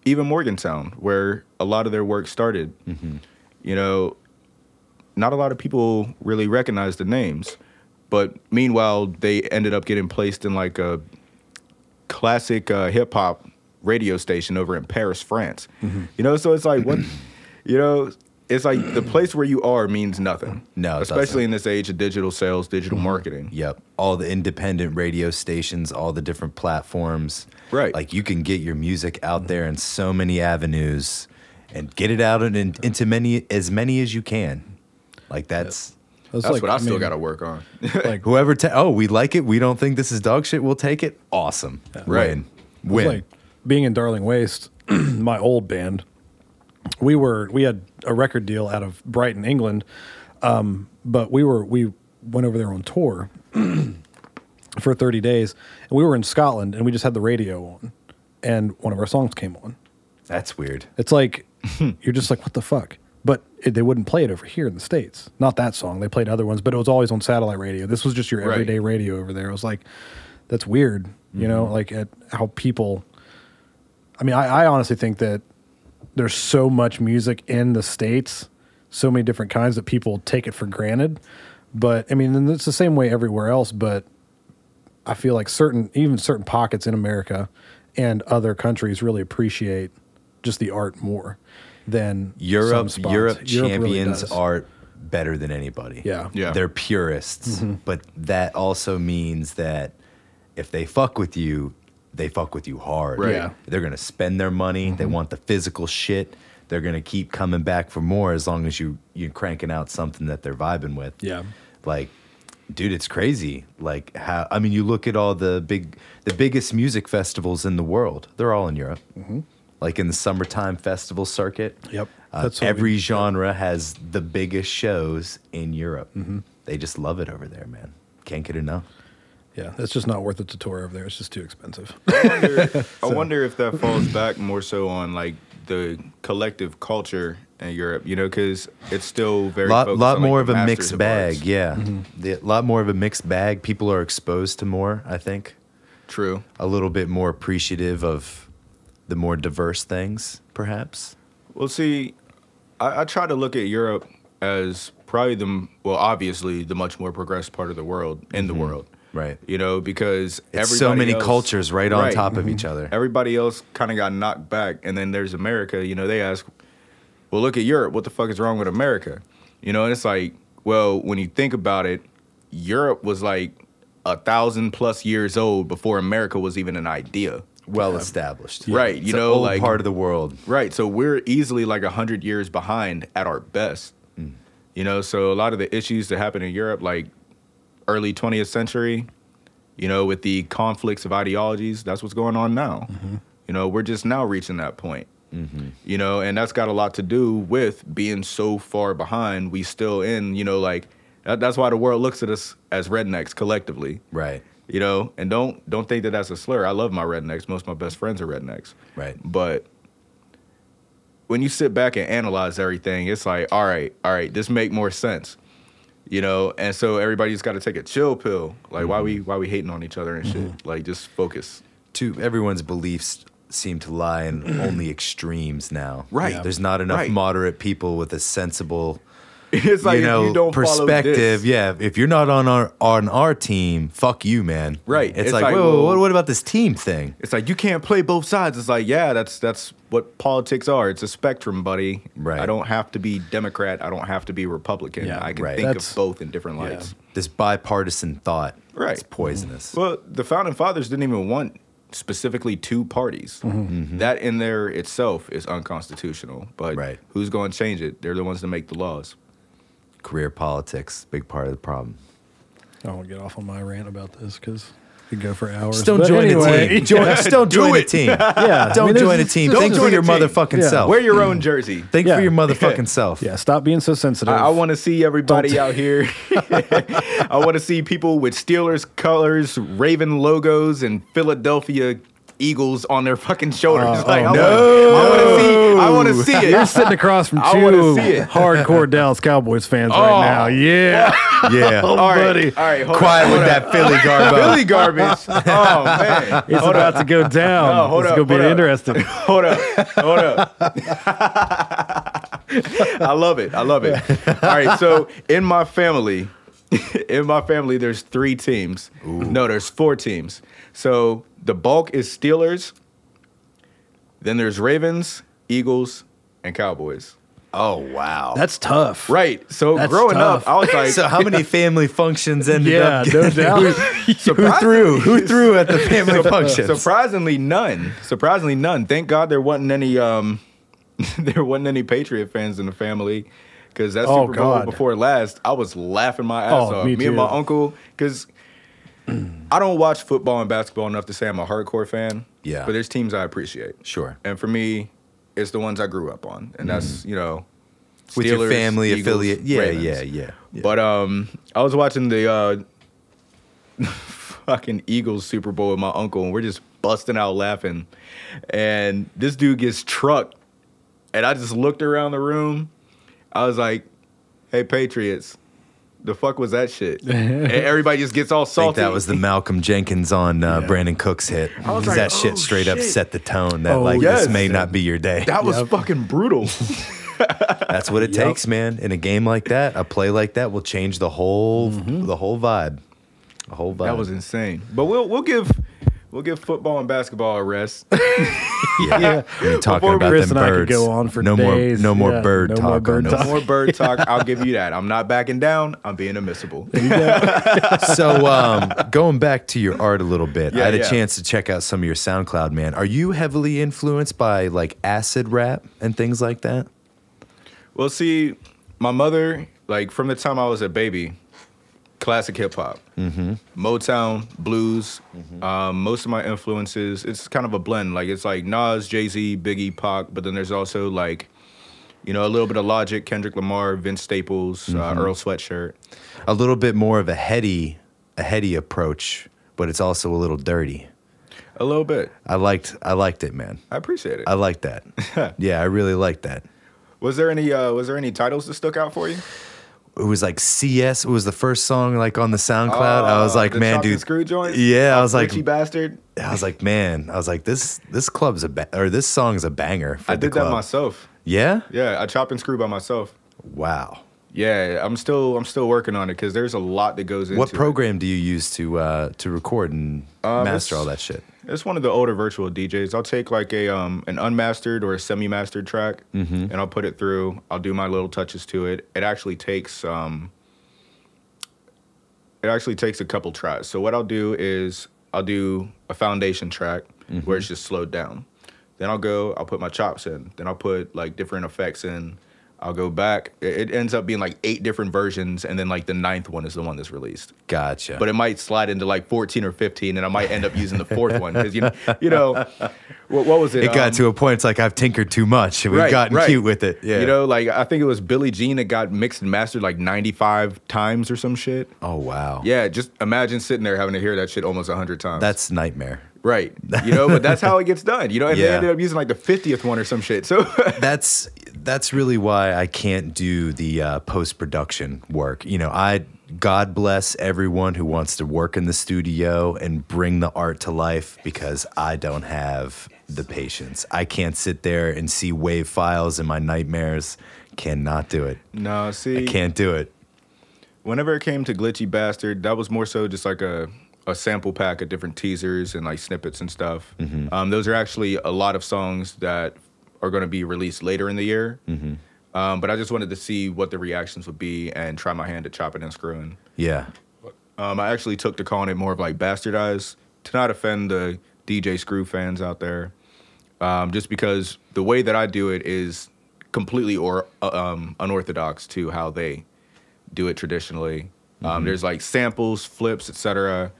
S3: even Morgantown, where a lot of their work started, you know, not a lot of people really recognize the names. But meanwhile, they ended up getting placed in like a classic uh, hip hop radio station over in Paris, France. You know, so it's like what, you know, it's like the place where you are means nothing.
S2: No, it
S3: especially
S2: doesn't.
S3: in this age of digital sales, digital marketing.
S2: Yep. All the independent radio stations, all the different platforms.
S3: Right.
S2: Like you can get your music out there in so many avenues and get it out in, into many as many as you can. Like that's
S1: That's,
S3: That's
S1: like,
S3: what I, still
S1: mean,
S3: got to work on.
S1: like
S2: whoever ta- oh, we like it, we don't think this is dog shit, we'll take it. Awesome.
S3: Right.
S2: Win.
S1: It was
S2: When?
S1: like being in Darling Waste, my old band, we were we had a record deal out of Brighton, England, um, but we were we went over there on tour for 30 days, and we were in Scotland, and we just had the radio on, and one of our songs came on.
S2: That's weird.
S1: It's like you're just like, what the fuck? But it, they wouldn't play it over here in the states. Not that song. They played other ones, but it was always on satellite radio. This was just your
S3: Right.
S1: everyday radio over there. It was like, that's weird. You know, like at how people. I mean, I, I honestly think that there's so much music in the states, so many different kinds that people take it for granted. But I mean, and it's the same way everywhere else. But I feel like certain, even certain pockets in America and other countries really appreciate just the art more than some
S2: Europe,
S1: spots.
S2: Europe
S1: really
S2: champions
S1: does.
S2: art better than anybody.
S1: Yeah. Mm-hmm.
S3: Yeah.
S2: They're purists, but that also means that if they fuck with you, they fuck with you hard.
S3: Right.
S1: Yeah. Mm-hmm.
S2: They're going to spend their money, they want the physical shit. They're going to keep coming back for more as long as you you're cranking out something that they're vibing with.
S1: Yeah.
S2: Like dude, it's crazy. Like how I mean, you look at all the big the biggest music festivals in the world. They're all in Europe. Like in the summertime festival circuit.
S1: Mm-hmm. Yep.
S2: Uh,
S1: That's what we-
S2: every genre has the biggest shows in Europe.
S1: Mm-hmm.
S2: They just love it over there, man. Can't get enough.
S1: Yeah, it's just not worth it to tour over there. It's just too expensive.
S3: wonder- I wonder if that falls back more so on like the collective culture in Europe, you know, because it's still very
S2: lot,
S3: focused
S2: lot
S3: on, like,
S2: more
S3: the
S2: of a
S3: masters
S2: mixed
S3: of
S2: bag,
S3: arts.
S2: yeah.
S1: Mm-hmm.
S2: The- A lot more of a mixed bag. People are exposed to more, I think.
S3: True.
S2: A little bit more appreciative of the more diverse things, perhaps.
S3: Well, see, I, I try to look at Europe as probably the m- well, obviously the much more progressed part of the world in the world,
S2: Right.
S3: You know, because
S2: Mm-hmm. It's so many
S3: else-
S2: cultures right on top
S3: Mm-hmm.
S2: of each other.
S3: Everybody else kind of got knocked back, and then there's America. You know, they ask, "Well, look at Europe. What the fuck is wrong with America?" You know, and it's like, well, when you think about it, Europe was like a thousand plus years old before America was even an idea.
S2: Well established.
S3: Right, you
S2: It's an
S3: know,
S2: old
S3: like-
S2: part of the world.
S3: Right. So we're easily like 100 years behind at our best. You know, so a lot of the issues that happen in Europe, like early 20th century, you know, with the conflicts of ideologies, that's what's going on now. You know, we're just now reaching that point. You know, and that's got a lot to do with being so far behind. We still in, you know, like that, that's why the world looks at us as rednecks collectively
S2: Right.
S3: you know and don't don't think that that's a slur i love my rednecks most of my best friends are rednecks
S2: Right.
S3: but when you sit back and analyze everything it's like all right all right this make more sense you know and so everybody's got to take a chill pill like why we why we hating on each other and
S2: Mm-hmm.
S3: shit like just focus
S2: to everyone's beliefs seem to lie in only extremes now.
S3: Right. Yeah.
S2: There's not enough
S3: Right.
S2: moderate people with a sensible
S3: it's like
S2: you know
S3: if you don't follow this-
S2: perspective. Yeah. If you're not on our on our team, fuck you, man.
S3: Right.
S2: It's,
S3: It's
S2: like,
S3: like,
S2: whoa,
S3: well-
S2: what, what about this team thing?
S3: it's like you can't play both sides it's like yeah that's that's what politics are it's a spectrum buddy
S2: Right.
S3: i don't have to be democrat i don't have to be republican
S1: Yeah.
S3: i can
S2: Right.
S3: think
S1: That's-
S3: of both in different lights
S2: This bipartisan thought.
S3: Right.
S2: It's poisonous.
S3: Well, the founding fathers didn't even want specifically two parties.
S2: Mm-hmm.
S3: That in there itself is unconstitutional. But
S2: Right.
S3: who's going to change it? They're the ones that make the laws.
S2: Career politics, big part of the problem.
S1: I won't get off on my rant about this because we could go for hours.
S2: Just don't
S1: But
S2: join
S1: anyway,
S2: the team. Join, just don't
S3: Do
S2: join the
S3: it.
S2: team.
S1: Yeah, I
S2: Don't
S1: mean, there's-
S2: join a team.
S1: there's
S2: Think
S1: just-
S2: for your
S3: join a team.
S2: motherfucking
S1: Yeah.
S2: self.
S3: Oh. Wear your own jersey.
S2: Think
S1: Yeah.
S2: for your motherfucking self.
S1: Yeah, stop being so
S3: I,
S1: sensitive.
S3: I want to see everybody out here. I want to see people with Steelers colors, Raven logos, and Philadelphia Eagles on their fucking shoulders.
S2: Uh,
S3: like, I
S2: no. oh,
S3: wanna- I want to see. I want to see
S1: You're
S3: it.
S1: sitting across from
S3: I wanna
S1: two
S3: see it. Oh.
S1: hardcore Dallas Cowboys fans right now. Yeah,
S2: Yeah.
S1: Oh,
S3: All right,
S1: buddy.
S3: all right, hold
S2: Quiet
S3: on,
S2: with
S3: hold on.
S2: that Philly garbo.
S3: Philly garbage. Oh man.
S1: it's about to go down.
S3: No, hold
S1: it's
S3: up,
S1: gonna be
S3: hold up.
S1: interesting.
S3: Hold up. Hold up. I love it. I love it. All right. So in my family, in my family, there's three teams. No, there's four teams. So the bulk is Steelers, then there's Ravens, Eagles, and Cowboys.
S2: Oh wow.
S1: That's tough.
S3: Right. So
S1: That's
S3: growing
S1: tough.
S3: up, I was like,
S2: so how many family functions ended
S1: Yeah,
S2: up?
S1: no doubt.
S2: who threw? Who threw at the family functions?
S3: Surprisingly, none. Surprisingly, none. Thank God there wasn't any. Um, there wasn't any Patriot fans in the family because that
S1: Oh,
S3: Super Bowl
S1: God.
S3: before last, I was laughing my ass
S1: Oh,
S3: off.
S1: me
S3: Me, and my
S1: too.
S3: uncle, because I don't watch football and basketball enough to say I'm a hardcore fan.
S2: Yeah.
S3: But there's teams I appreciate.
S2: Sure.
S3: And for me, it's the ones I grew up on, and that's you know,
S2: Mm-hmm. With your
S3: Steelers,
S2: family
S3: Eagles,
S2: affiliate. Yeah,
S3: Ravens.
S2: yeah, yeah, yeah.
S3: But um, I was watching the uh, fucking Eagles Super Bowl with my uncle, and we're just busting out laughing, and this dude gets trucked, and I just looked around the room, I was like, "Hey, Patriots." The fuck was that shit? and everybody just gets all
S2: I
S3: salty.
S2: think that was the Malcolm Jenkins on uh,
S1: Yeah.
S2: Brandon Cooks hit.
S3: was
S2: 'Cause
S3: like,
S2: that
S3: "Oh,
S2: shit straight up
S3: shit."
S2: set the tone that
S1: Oh,
S2: like
S3: yes.
S2: this may not be your day.
S3: That was
S1: Yep.
S3: fucking brutal.
S2: That's what it
S1: Yep.
S2: takes, man. In a game like that, a play like that will change the whole
S1: Mm-hmm.
S2: the whole vibe. The whole vibe.
S3: that was insane. But we'll we'll give we'll give football and basketball a rest.
S2: yeah. I mean, talking
S1: Before
S2: about
S1: Chris
S2: them
S1: and I could
S2: birds.
S1: go on for
S2: no
S1: days.
S2: more, no more
S1: Yeah,
S2: bird
S1: no
S2: talk.
S1: more
S2: on
S1: bird
S2: no-
S1: talk.
S3: More bird talk. I'll give you that. I'm not backing down. I'm being admissible.
S2: so um, going back to your art a little bit,
S3: Yeah,
S2: I had a
S3: yeah.
S2: chance to check out some of your SoundCloud, man. Are you heavily influenced by like acid rap and things like that?
S3: Well, see, my mother, like from the time I was a baby, classic hip hop, mm-hmm. Motown, blues.
S2: Mm-hmm.
S3: Um, most of my influences, it's kind of a blend. Like it's like Nas, Jay Z, Biggie, Pac, but then there's also like, you know, a little bit of Logic, Kendrick Lamar, Vince Staples,
S2: Mm-hmm.
S3: uh, Earl Sweatshirt.
S2: A little bit more of a heady, a heady approach, but it's also a little dirty.
S3: A little bit.
S2: I liked, I liked it, man.
S3: I appreciate it.
S2: I liked that. yeah, I really liked that.
S3: Was there any uh, was there any titles that stuck out for you?
S2: it was like CS. It was the first song like on the SoundCloud. I was
S3: Uh,
S2: like,
S3: the
S2: man,
S3: Chopped and
S2: dude.
S3: Screw joints?
S2: Yeah, I was like,
S3: Richie bastard.
S2: I was like, man, I was like, this this club's a ba- or this song's a banger. For
S3: I
S2: the
S3: did that
S2: club.
S3: myself.
S2: Yeah.
S3: Yeah, I chop and screw by myself.
S2: Wow.
S3: Yeah, I'm still I'm still working on it because there's a lot that goes into
S2: What
S3: it.
S2: program do you use to uh, to record and master
S3: it's-
S2: all that shit?
S3: It's one of the older virtual DJs. I'll take like a um an unmastered or a semi-mastered track, and I'll put it through. I'll do my little touches to it. It actually takes um. It actually takes a couple tries. So what I'll do is I'll do a foundation track where it's just slowed down. Then I'll go. I'll put my chops in. Then I'll put like different effects in. I'll go back. It, it ends up being like eight different versions, and then like the ninth one is the one that's released
S2: Gotcha.
S3: but it might slide into like 14 or 15 and I might end up using the fourth one because you know, you know what, what was it? um,
S2: it got to a point. It's like I've tinkered too much. We've gotten cute with it. Yeah.
S3: You know, like I think it was Billie Jean that got mixed and mastered like 95 times or some shit.
S2: Oh wow.
S3: Yeah, just imagine sitting there having to hear that shit almost 100 times.
S2: That's nightmare.
S3: right. You know, but that's how it gets done. You know, and they
S2: Yeah.
S3: ended up using like the 50th one or some shit. So
S2: that's that's really why I can't do the uh, post production work. You know, I God bless everyone who wants to work in the studio and bring the art to life because I don't have the patience. I can't sit there and see wave files in my nightmares. Cannot do it.
S3: no, see,
S2: I can't do it.
S3: whenever it came to glitchy bastard that was more so just like a, a sample pack of different teasers and like snippets and stuff um, those are actually a lot of songs that are going to be released later in the year um, but i just wanted to see what the reactions would be and try my hand at chopping and screwing
S2: Yeah.
S3: um, i actually took to calling it more of like bastardized to not offend the dj screw fans out there um, just because the way that i do it is completely or uh, um, unorthodox to how they do it traditionally. Um, there's like samples, flips, etc.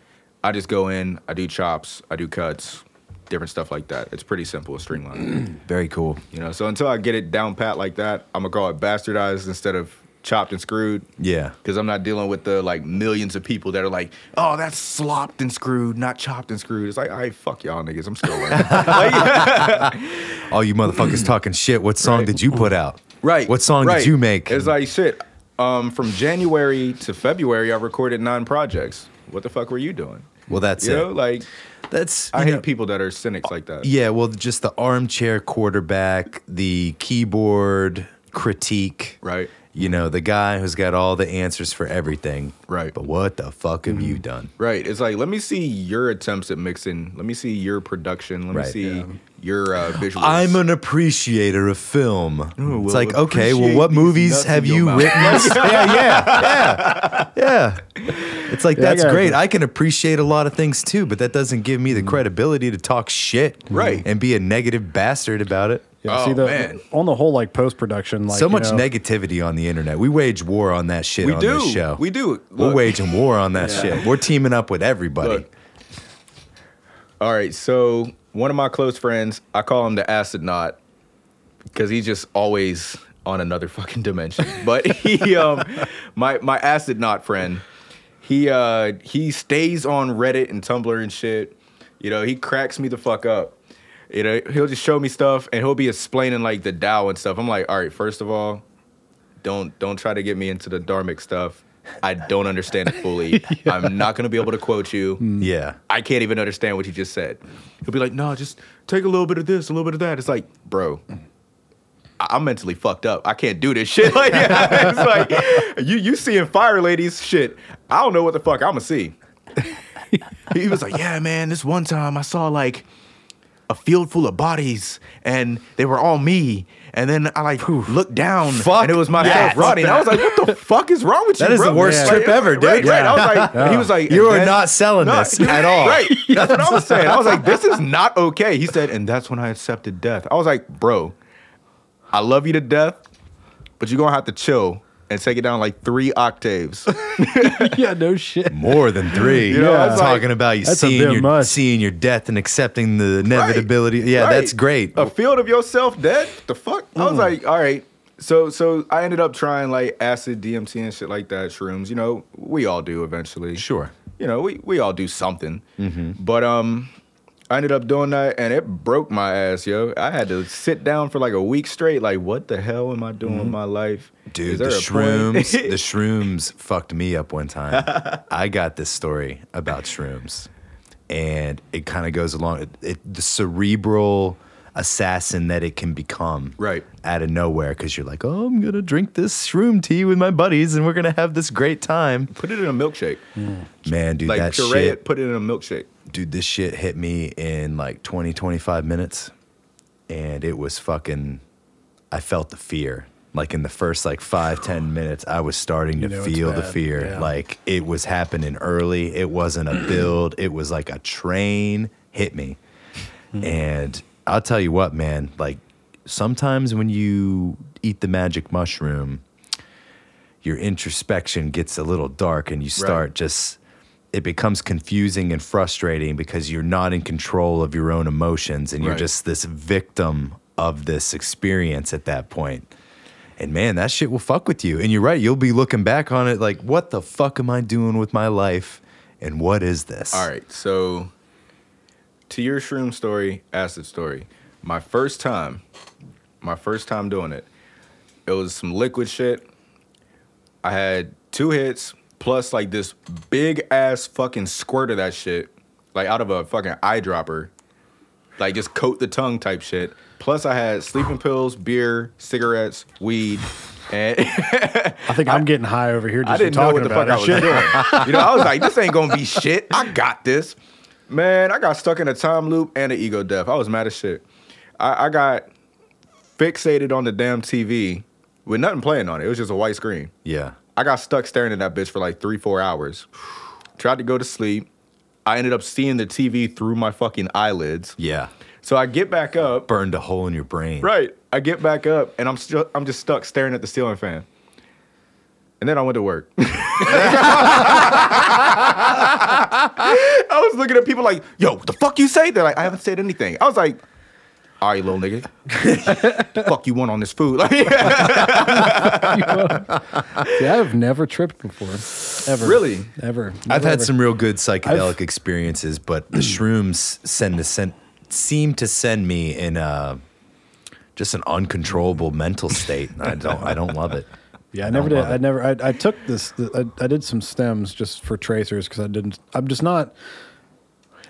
S3: I just go in, I do chops, I do cuts, different stuff like that. It's pretty simple, and streamlined.
S2: Very cool.
S3: you know, so until I get it down pat like that, I'm gonna call it bastardized instead of chopped and screwed.
S2: Yeah.
S3: Because I'm not dealing with the like millions of people that are like, oh, that's slopped and screwed, not chopped and screwed. It's like, all right, fuck y'all niggas. I'm still learning.
S2: All you motherfuckers talking shit. What song did you put out?
S3: Right.
S2: What song
S3: right.
S2: did you make?
S3: It's like shit. Um, from January to February, I recorded nine projects. What the fuck were you doing?
S2: well, that's
S3: you
S2: it.
S3: know, like
S2: that's
S3: I
S2: you
S3: hate
S2: know-
S3: people that are cynics like that.
S2: Yeah, well, just the armchair quarterback, the keyboard critique.
S3: Right.
S2: You know, the guy who's got all the answers for everything.
S3: Right.
S2: But what the fuck have you done?
S3: Right. It's like let me see your attempts at mixing. Let me see your production. Let
S2: Right.
S3: me see your uh, visuals.
S2: I'm an appreciator of film. it's
S3: well,
S2: like, okay, well,
S3: appreciate
S2: what
S3: these
S2: movies
S3: nuts in
S2: have
S3: your
S2: you
S3: mouth.
S2: written? yeah, yeah, yeah, yeah. It's like, that's
S1: I gotta
S2: great.
S1: agree.
S2: I can appreciate a lot of things too, but that doesn't give me the credibility to talk shit
S3: Mm. Right.
S2: and be a negative bastard about it.
S1: Yeah,
S3: Oh,
S1: see the
S3: man.
S1: on the whole like post production like
S2: so
S1: you
S2: much
S1: know,
S2: negativity on the internet. We wage war on that shit
S3: we
S2: on
S3: do.
S2: this show.
S3: We do.
S2: We're
S3: Look,
S2: waging war on that shit. We're teaming up with everybody.
S3: Look. All right. So one of my close friends, I call him the acid knot because he's just always on another fucking dimension. But he, um, my my acid knot friend, he uh, he stays on Reddit and Tumblr and shit. You know, he cracks me the fuck up. You know, he'll just show me stuff and he'll be explaining like the Tao and stuff. I'm like, all right, first of all, don't don't try to get me into the Dharmic stuff. I don't understand it fully. I'm not gonna be able to quote you.
S2: Mm. Yeah.
S3: I can't even understand what you just said. He'll be like, no, just take a little bit of this, a little bit of that. It's like, bro, I- I'm mentally fucked up. I can't do this shit. Like, it's like you you seeing fire ladies shit. I don't know what the fuck I'ma see. he was like, yeah, man, this one time I saw like a field full of bodies and they were all me. And then I like looked down
S2: Fuck
S3: and it was myself
S2: that.
S3: running. I was like, what the fuck is wrong with you?
S2: That is
S3: bro?
S2: the worst
S3: Like,
S2: trip ever, dude.
S3: Right, right. I was like, he was like,
S2: Oh. You
S3: and
S2: are
S3: then-
S2: not selling
S3: No,
S2: this at all.
S3: Right. That's what I was saying. I was like, this is not okay. He said, and that's when I accepted death. I was like, bro, I love you to death, but you're gonna have to chill and take it down like three octaves.
S1: yeah, no shit.
S2: More than three.
S3: You know,
S2: yeah.
S3: it's like-
S2: talking about you
S1: That's a
S2: seeing
S1: bit
S2: your
S1: much.
S2: seeing your death and accepting the inevitability.
S3: Right,
S2: Yeah,
S3: right.
S2: that's great. Mm.
S3: A field of yourself dead? The fuck? I was like, all right. So so I ended up trying like acid, DMT, and shit like that, shrooms. You know, we all do eventually.
S2: Sure.
S3: You know, we we all do something.
S2: Mm-hmm.
S3: But um, I ended up doing that, and it broke my ass, yo. I had to sit down for like a week straight. Like, what the hell am I doing with my life?
S2: Mm-hmm. Dude,
S3: Is
S2: the
S3: there a point?
S2: shrooms, the shrooms fucked me up one time. I got this story about shrooms, and it kind of goes along it, it, the cerebral assassin that it can become,
S3: Right.
S2: Out of nowhere, because you're like, oh, I'm gonna drink this shroom tea with my buddies, and we're gonna have this great time.
S3: put it in a milkshake.
S2: Man, dude,
S3: Like
S2: that
S3: puree
S2: shit,
S3: it, put it in a milkshake.
S2: dude, this shit hit me in like 20, 25 minutes. And it was fucking, I felt the fear. Like in the first like five, 10 minutes, I was starting to
S1: know it's
S2: feel the
S1: bad,
S2: fear.
S1: yeah.
S2: Like it was happening early. It wasn't a build, it was like a train hit me. And I'll tell you what, man, like sometimes when you eat the magic mushroom, your introspection gets a little dark and you start just it becomes confusing and frustrating because you're not in control of your own emotions and you're
S3: Right.
S2: just this victim of this experience at that point. And man, that shit will fuck with you. And you're right, you'll be looking back on it like, what the fuck am I doing with my life? And what is this?
S3: All right, so to your shroom story, acid story. My first time, my first time doing it, it was some liquid shit. I had two hits plus like this big ass fucking squirt of that shit, like out of a fucking eyedropper, like just coat the tongue type shit. Plus I had sleeping pills, beer, cigarettes, weed, and.
S1: I think I, am getting high over here just
S3: I
S1: from
S3: didn't know
S1: talking
S3: what the
S1: about
S3: fuck I was
S1: it. Shit.
S3: doing. you know, I was like, this ain't gonna be shit. I got this. Man, I got stuck in a time loop and an ego death. I was mad as shit. I, I got fixated on the damn TV with nothing playing on it. It was just a white screen.
S2: Yeah.
S3: I got stuck staring at that bitch for like three, four hours. Tried to go to sleep. I ended up seeing the TV through my fucking eyelids.
S2: Yeah.
S3: So I get back up.
S2: Burned a hole in your brain.
S3: Right. I get back up and I'm still I'm just stuck staring at the ceiling fan. And then I went to work. I was looking at people like, yo, what the fuck you say? They're like, I haven't said anything. I was like, all right, little nigga. the fuck you want on this food? Like,
S1: Yeah, I've never tripped before. Ever.
S3: Really?
S1: Ever.
S2: I've
S1: Never,
S2: had
S1: ever.
S2: some real good psychedelic experiences, but the shrooms send to send seem to send me in a just an uncontrollable mental state. and I don't I don't love it.
S1: Yeah, I never did.
S2: don't love
S1: I
S2: it.
S1: never. I, I took this. I, I did some stems just for tracers because I didn't. I'm just not.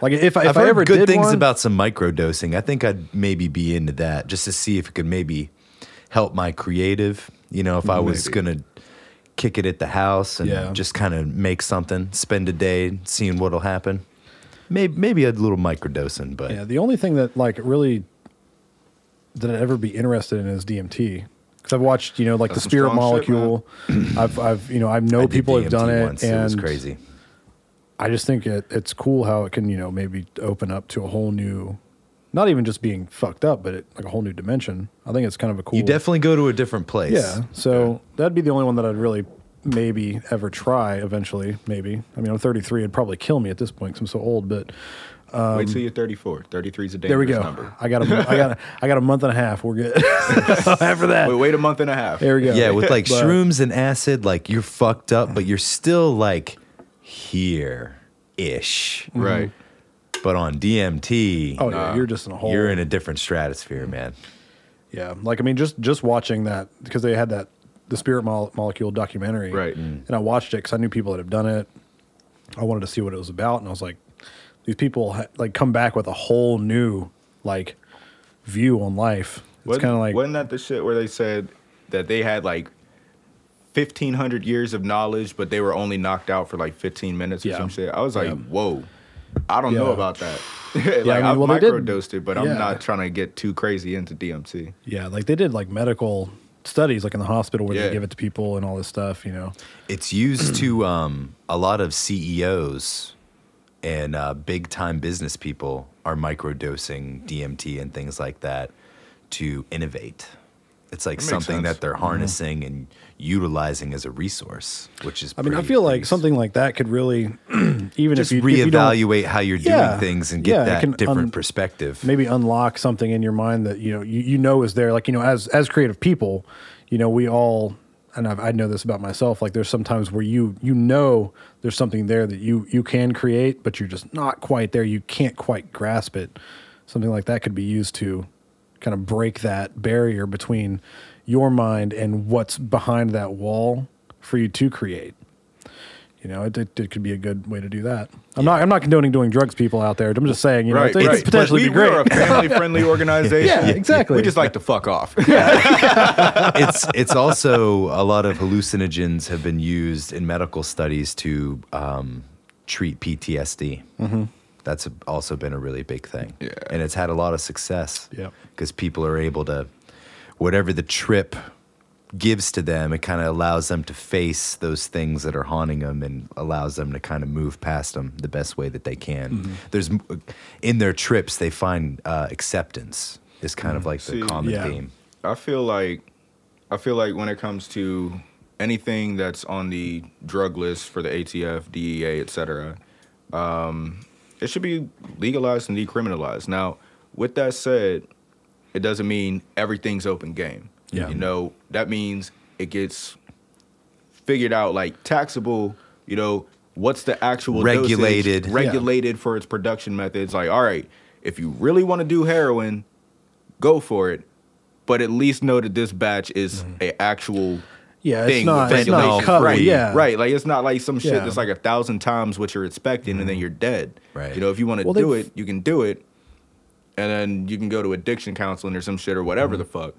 S1: Like if I if
S2: I've
S1: I
S2: heard
S1: ever
S2: good
S1: did
S2: things
S1: one,
S2: about some microdosing. I think I'd maybe be into that just to see if it could maybe help my creative. You know, if I was gonna kick it at the house and
S1: Yeah.
S2: just kind of make something, spend a day seeing what'll happen. Maybe maybe a little microdosing, but
S1: Yeah, the only thing that like really that I'd ever be interested in is DMT because I've watched you know like
S3: That's
S1: the
S3: some
S1: Spirit
S3: strong shit, man.
S1: Molecule. I've I've you know I know
S2: I did
S1: people have
S2: DMT
S1: done it
S2: once.
S1: and
S2: it was crazy.
S1: I just think it, it's cool how it can you know maybe open up to a whole new, not even just being fucked up, but it, like a whole new dimension. I think it's kind of a cool.
S2: You definitely go to a different place.
S1: Yeah. So that'd be the only one that I'd really maybe ever try eventually. Maybe. I mean, I'm 33. It'd probably kill me at this point because I'm so old. But
S3: Wait till you're 34. 33 is a dangerous
S1: Um, There we go.
S3: number.
S1: I got a, I got, a, I got a month and a half. We're good. After that,
S3: Wait, wait a month and a half.
S1: there we go.
S2: Yeah, with like
S1: But-
S2: shrooms and acid, like you're fucked up, but you're still like here ish.
S3: Right.
S1: Mm-hmm.
S2: But on DMT,
S1: Oh yeah, you're just in a hole.
S2: you're in a different stratosphere, man.
S1: Yeah, like I mean, just just watching that because they had that the Spirit Mole- Molecule documentary,
S3: Right. Mm.
S1: And I watched it because I knew people that have done it. I wanted to see what it was about, and I was like, these people ha- like come back with a whole new like view on life. It's
S3: Wasn't-
S1: kind of like
S3: wasn't that the shit where they said that they had like 1500 years of knowledge but they were only knocked out for like 15 minutes or
S1: Yeah.
S3: some shit i was like
S1: Yeah.
S3: whoa i don't know
S1: Yeah.
S3: about that
S1: I
S3: like
S1: mean,
S3: I have
S1: well, they did-
S3: microdosed it but
S1: yeah.
S3: i'm not trying to get too crazy into dmt
S1: yeah, like they did like medical studies, like in the hospital where
S3: Yeah.
S1: they give it to people and all this stuff. You know,
S2: It's used to um, a lot of CEOs and uh, big time business people are microdosing DMT and things like that to innovate. It's like
S3: That makes
S2: something
S3: sense.
S2: that they're
S1: Mm-hmm.
S2: harnessing and utilizing as a resource, which is.
S1: I mean, I
S2: pretty-
S1: feel like
S2: pretty-
S1: something like that could really even
S2: Just
S1: if you, if you don't-
S2: reevaluate how you're doing
S1: Yeah.
S2: things and
S1: Yeah,
S2: get
S1: it
S2: that
S1: can
S2: different
S1: un-
S2: perspective.
S1: maybe unlock something in your mind that you know you, you know is there like you know as as creative people you know we all and I've, i know this about myself like there's sometimes where you you know there's something there that you you can create but you're just not quite there you can't quite grasp it something like that could be used to kind of break that barrier between your mind and what's behind that wall for you to create you know, it, it, it could be a good way to do that. I'm not I'm not condoning doing drugs, people out there. I'm just saying, you know,
S3: right
S1: it,
S3: right
S1: could potentially
S3: we,
S1: be great.
S3: we're a family friendly organization
S1: Yeah, exactly.
S3: we just like to fuck off
S2: it's it's also a lot of hallucinogens have been used in medical studies to um, treat PTSD. That's also been a really big thing,
S3: Yeah.
S2: and it's had a lot of success.
S1: Yeah.
S2: because people are able to whatever the trip gives to them, it kind of allows them to face those things that are haunting them and allows them to kind of move past them the best way that they can. There's in their trips they find uh, acceptance is kind of like the
S3: See,
S2: common
S1: Yeah.
S2: theme.
S3: I feel like I feel like when it comes to anything that's on the drug list for the ATF, DEA, etc., um, it should be legalized and decriminalized. Now, with that said, it doesn't mean everything's open game.
S1: Yeah.
S3: You know, that means it gets figured out like taxable, you know, what's the actual dosage,
S2: Regulated. Yeah.
S3: regulated for its production methods. Like, all right, if you really want to do heroin, go for it. But at least know that this batch is a actual
S1: Mm-hmm. Yeah, it's
S3: thing. with
S1: not. It's not
S2: regulation.
S3: regulations.
S1: covered.
S3: right,
S1: Yeah,
S3: right. Like it's not like some shit
S1: Yeah. Mm-hmm.
S3: that's like a thousand times what you're expecting, and then you're dead.
S2: Right.
S3: You know, if you want to
S1: Well,
S3: do
S1: they've-
S3: it, you can do it, and then you can go to addiction counseling or some shit or whatever
S1: Mm-hmm.
S3: the fuck.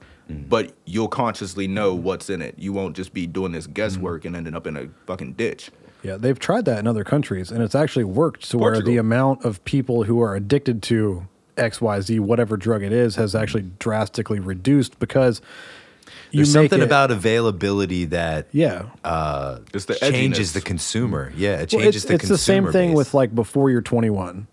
S3: But you'll consciously know what's in it. You won't just be doing
S1: Mm-hmm.
S3: this guesswork and ending up in a fucking ditch.
S1: Yeah, they've tried that in other countries, and it's actually worked to where
S3: Portugal.
S1: the amount of people who are addicted to X, Y, Z, whatever drug it is, has actually drastically reduced because you
S2: There's
S1: make
S2: something
S1: it-
S2: about availability that
S1: yeah.
S2: uh,
S3: It's the
S2: changes
S3: edginess.
S2: the consumer. Yeah, it changes
S1: Well, it's
S2: the
S1: it's
S2: consumer.
S1: the same thing
S2: base.
S1: with like before you're 21,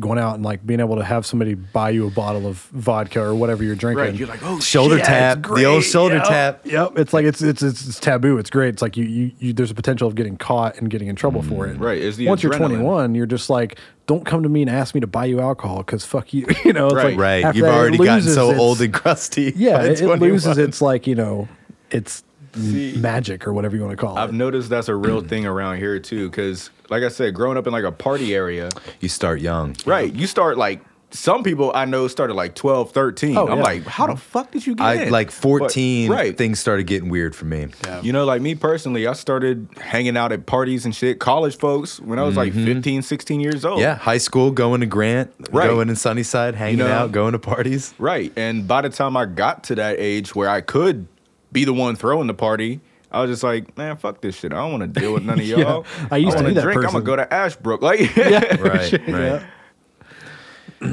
S1: going out and like being able to have somebody buy you a bottle of vodka or whatever you're drinking.
S3: Right. You're like, oh,
S2: shoulder
S1: Yeah,
S2: tap,
S1: it's
S2: the old
S1: great,
S2: shoulder
S1: yep,
S2: tap.
S1: Yep, it's like it's it's it's, it's taboo. It's great. It's like you, you you there's a potential of getting caught and getting in trouble for
S2: Mm,
S1: it.
S3: Right, it's the
S1: Once you're
S3: adrenaline.
S1: 21, you're just like, don't come to me and ask me to buy you alcohol because fuck you. You know, it's
S3: Right.
S1: like
S2: Right,
S1: after
S2: you've
S1: that, it
S2: already gotten
S1: loses
S2: so
S1: its-
S2: old and crusty.
S1: yeah,
S2: by
S1: it, it
S2: 21.
S1: loses its like you know, it's
S3: See,
S1: magic or whatever you want to call
S3: I've
S1: it.
S3: noticed that's a real thing around here too, because like I said, growing up in like a party area,
S2: You start young.
S3: right? You start like some people I know started like 12, 13.
S1: Oh,
S3: I'm
S1: yeah.
S3: like, how the fuck did you get
S2: I
S3: in?
S2: like
S3: But-
S2: 14.
S3: right?
S2: Things started getting weird for me.
S3: You know, like me personally, I started hanging out at parties and shit, college folks, when I was like
S1: Mm-hmm.
S3: 15, 16 years old.
S2: Yeah, high school, going to Grant,
S3: Right.
S2: going in Sunnyside, hanging
S3: know?
S2: out, going to parties.
S3: Right. And by the time I got to that age where I could be the one throwing the party, I was just like, man, fuck this shit. I don't want to deal with none of
S1: Yeah.
S3: y'all.
S1: I used to
S3: wanna
S1: be that
S3: drink. I'm
S1: person.
S3: going to go to Ashbrook. Like,
S2: Right, right.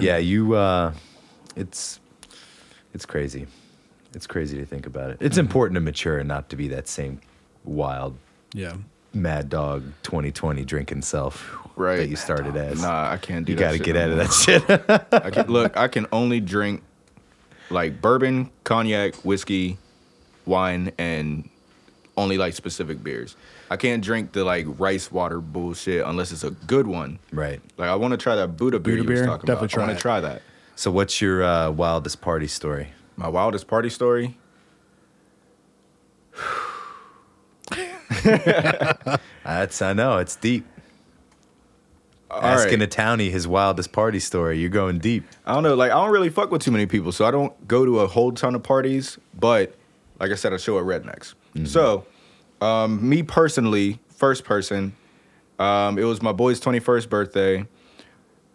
S2: Yeah, you. Uh, it's it's crazy. It's crazy to think about it. It's
S1: Mm-hmm.
S2: important to mature and not to be that same wild
S1: Yeah.
S2: mad dog 2020 drinking self that
S3: Right.
S2: you started as.
S3: Nah, I can't do
S2: you
S3: that.
S2: got to
S3: shit
S2: get
S3: no
S2: out of
S3: more.
S2: that shit.
S3: I can, look, I can only drink like bourbon, cognac, whiskey, wine, and only like specific beers. I can't drink the like rice water bullshit unless it's a good one.
S2: Right.
S3: Like I want to try that Buddha beer
S1: Buddha
S3: you was
S1: beer?
S3: talking
S1: Definitely
S3: about.
S1: try
S3: I want
S1: it.
S3: to try that.
S2: So what's your uh, wildest party story?
S3: My wildest party story.
S2: That's I know it's deep.
S3: All
S2: Asking
S3: right.
S2: a townie his wildest party story. You're going deep.
S3: I don't know. Like I don't really fuck with too many people, so I don't go to a whole ton of parties. But like I said, I show at Rednecks.
S1: Mm-hmm.
S3: So um, me personally, first person, um, it was my boy's twenty first birthday.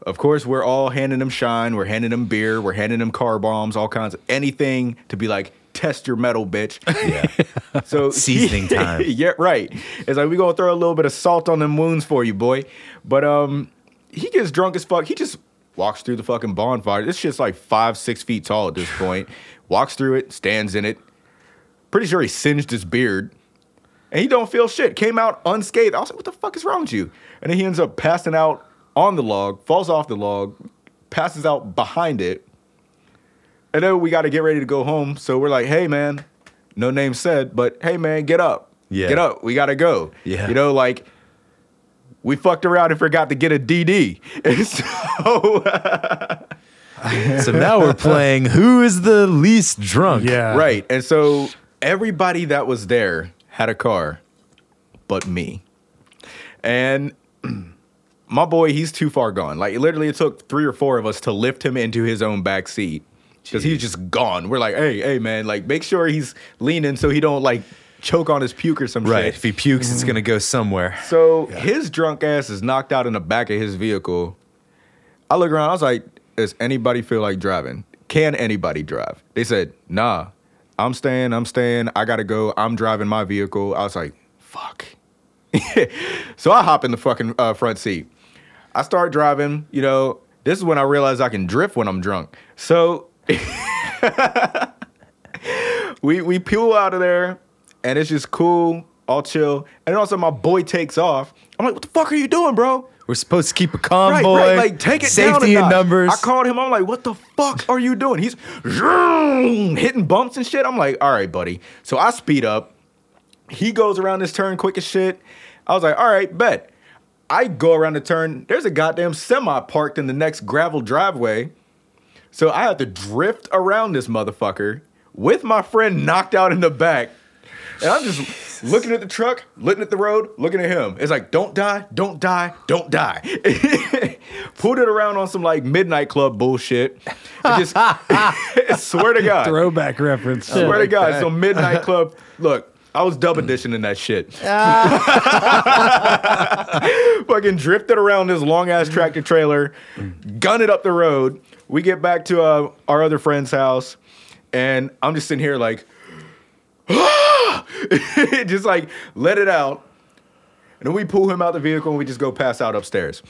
S3: Of course, we're all handing them shine. We're handing them beer. We're handing them car bombs. All kinds of anything to be like test your metal, bitch.
S2: Yeah.
S3: So
S2: Seasoning time.
S3: yeah, right. It's like we gonna throw a little bit of salt on them wounds for you, boy. But um, he gets drunk as fuck. He just walks through the fucking bonfire. This shit's like five, six feet tall at this point. Walks through it, stands in it. Pretty sure he singed his beard. And he don't feel shit. Came out unscathed. I was like, what the fuck is wrong with you? And then he ends up passing out on the log, falls off the log, passes out behind it. And then we got to get ready to go home. So we're like, hey, man, no name said, but hey, man, get up.
S2: Yeah.
S3: Get up. We got to go.
S2: Yeah.
S3: You know, like, we fucked around and forgot to get a DD. And
S2: so
S3: so,
S2: now we're playing who is the least drunk.
S1: Yeah.
S3: right. And so everybody that was there had a car but me. And my boy, he's too far gone. Like, literally, it took three or four of us to lift him into his own back seat because he's just gone. We're like, hey, hey, man, like, make sure he's leaning so he don't like choke on his puke or some
S2: Right.
S3: shit.
S2: If he pukes, it's gonna go somewhere.
S3: So his drunk ass is knocked out in the back of his vehicle. I look around. I was like, "Does anybody feel like driving? Can anybody drive?" They said, "Nah, I'm staying. I'm staying. I gotta go. I'm driving my vehicle." I was like, "Fuck." so I hop in the fucking uh, front seat. I start driving. You know, this is when I realize I can drift when I'm drunk. So we we peel out of there, and it's just cool, all chill. And then also my boy takes off. I'm like, what the fuck are you doing, bro?
S2: We're supposed to keep a calm
S3: right,
S2: boy.
S3: right, like take it down a
S2: Safety in
S3: notch.
S2: numbers.
S3: I called him. I'm like, what the fuck are you doing? He's zoom, hitting bumps and shit. I'm like, all right, buddy. So I speed up. He goes around this turn quick as shit. I was like, all right, bet. I go around the turn. There's a goddamn semi parked in the next gravel driveway. So I have to drift around this motherfucker with my friend knocked out in the back. And I'm just looking at the truck, looking at the road, looking at him. It's like, don't die, don't die, don't die. Pulled it around on some like midnight club bullshit. I just swear to God.
S1: Throwback reference.
S3: Swear to God, so Midnight Club. Look, I was double dishing in that shit. Fucking drifted around this long ass tractor trailer, gunned up the road. We get back to uh, our other friend's house, and I'm just sitting here like, just like let it out. And then we pull him out the vehicle and we just go pass out upstairs.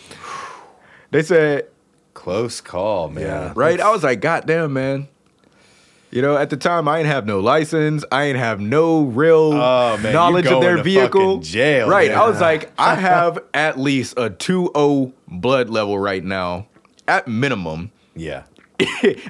S3: They said,
S2: Close call, man.
S1: Yeah.
S3: Uh, right? I was like, God damn, man. You know, at the time, I ain't have no license. I ain't have no real
S2: Oh, man, you
S3: knowledge of
S2: going
S3: their
S2: to
S3: vehicle.
S2: fucking jail,
S3: right? I
S2: man.
S3: was like, I have at least a 2-0 blood level right now, at minimum.
S2: Yeah.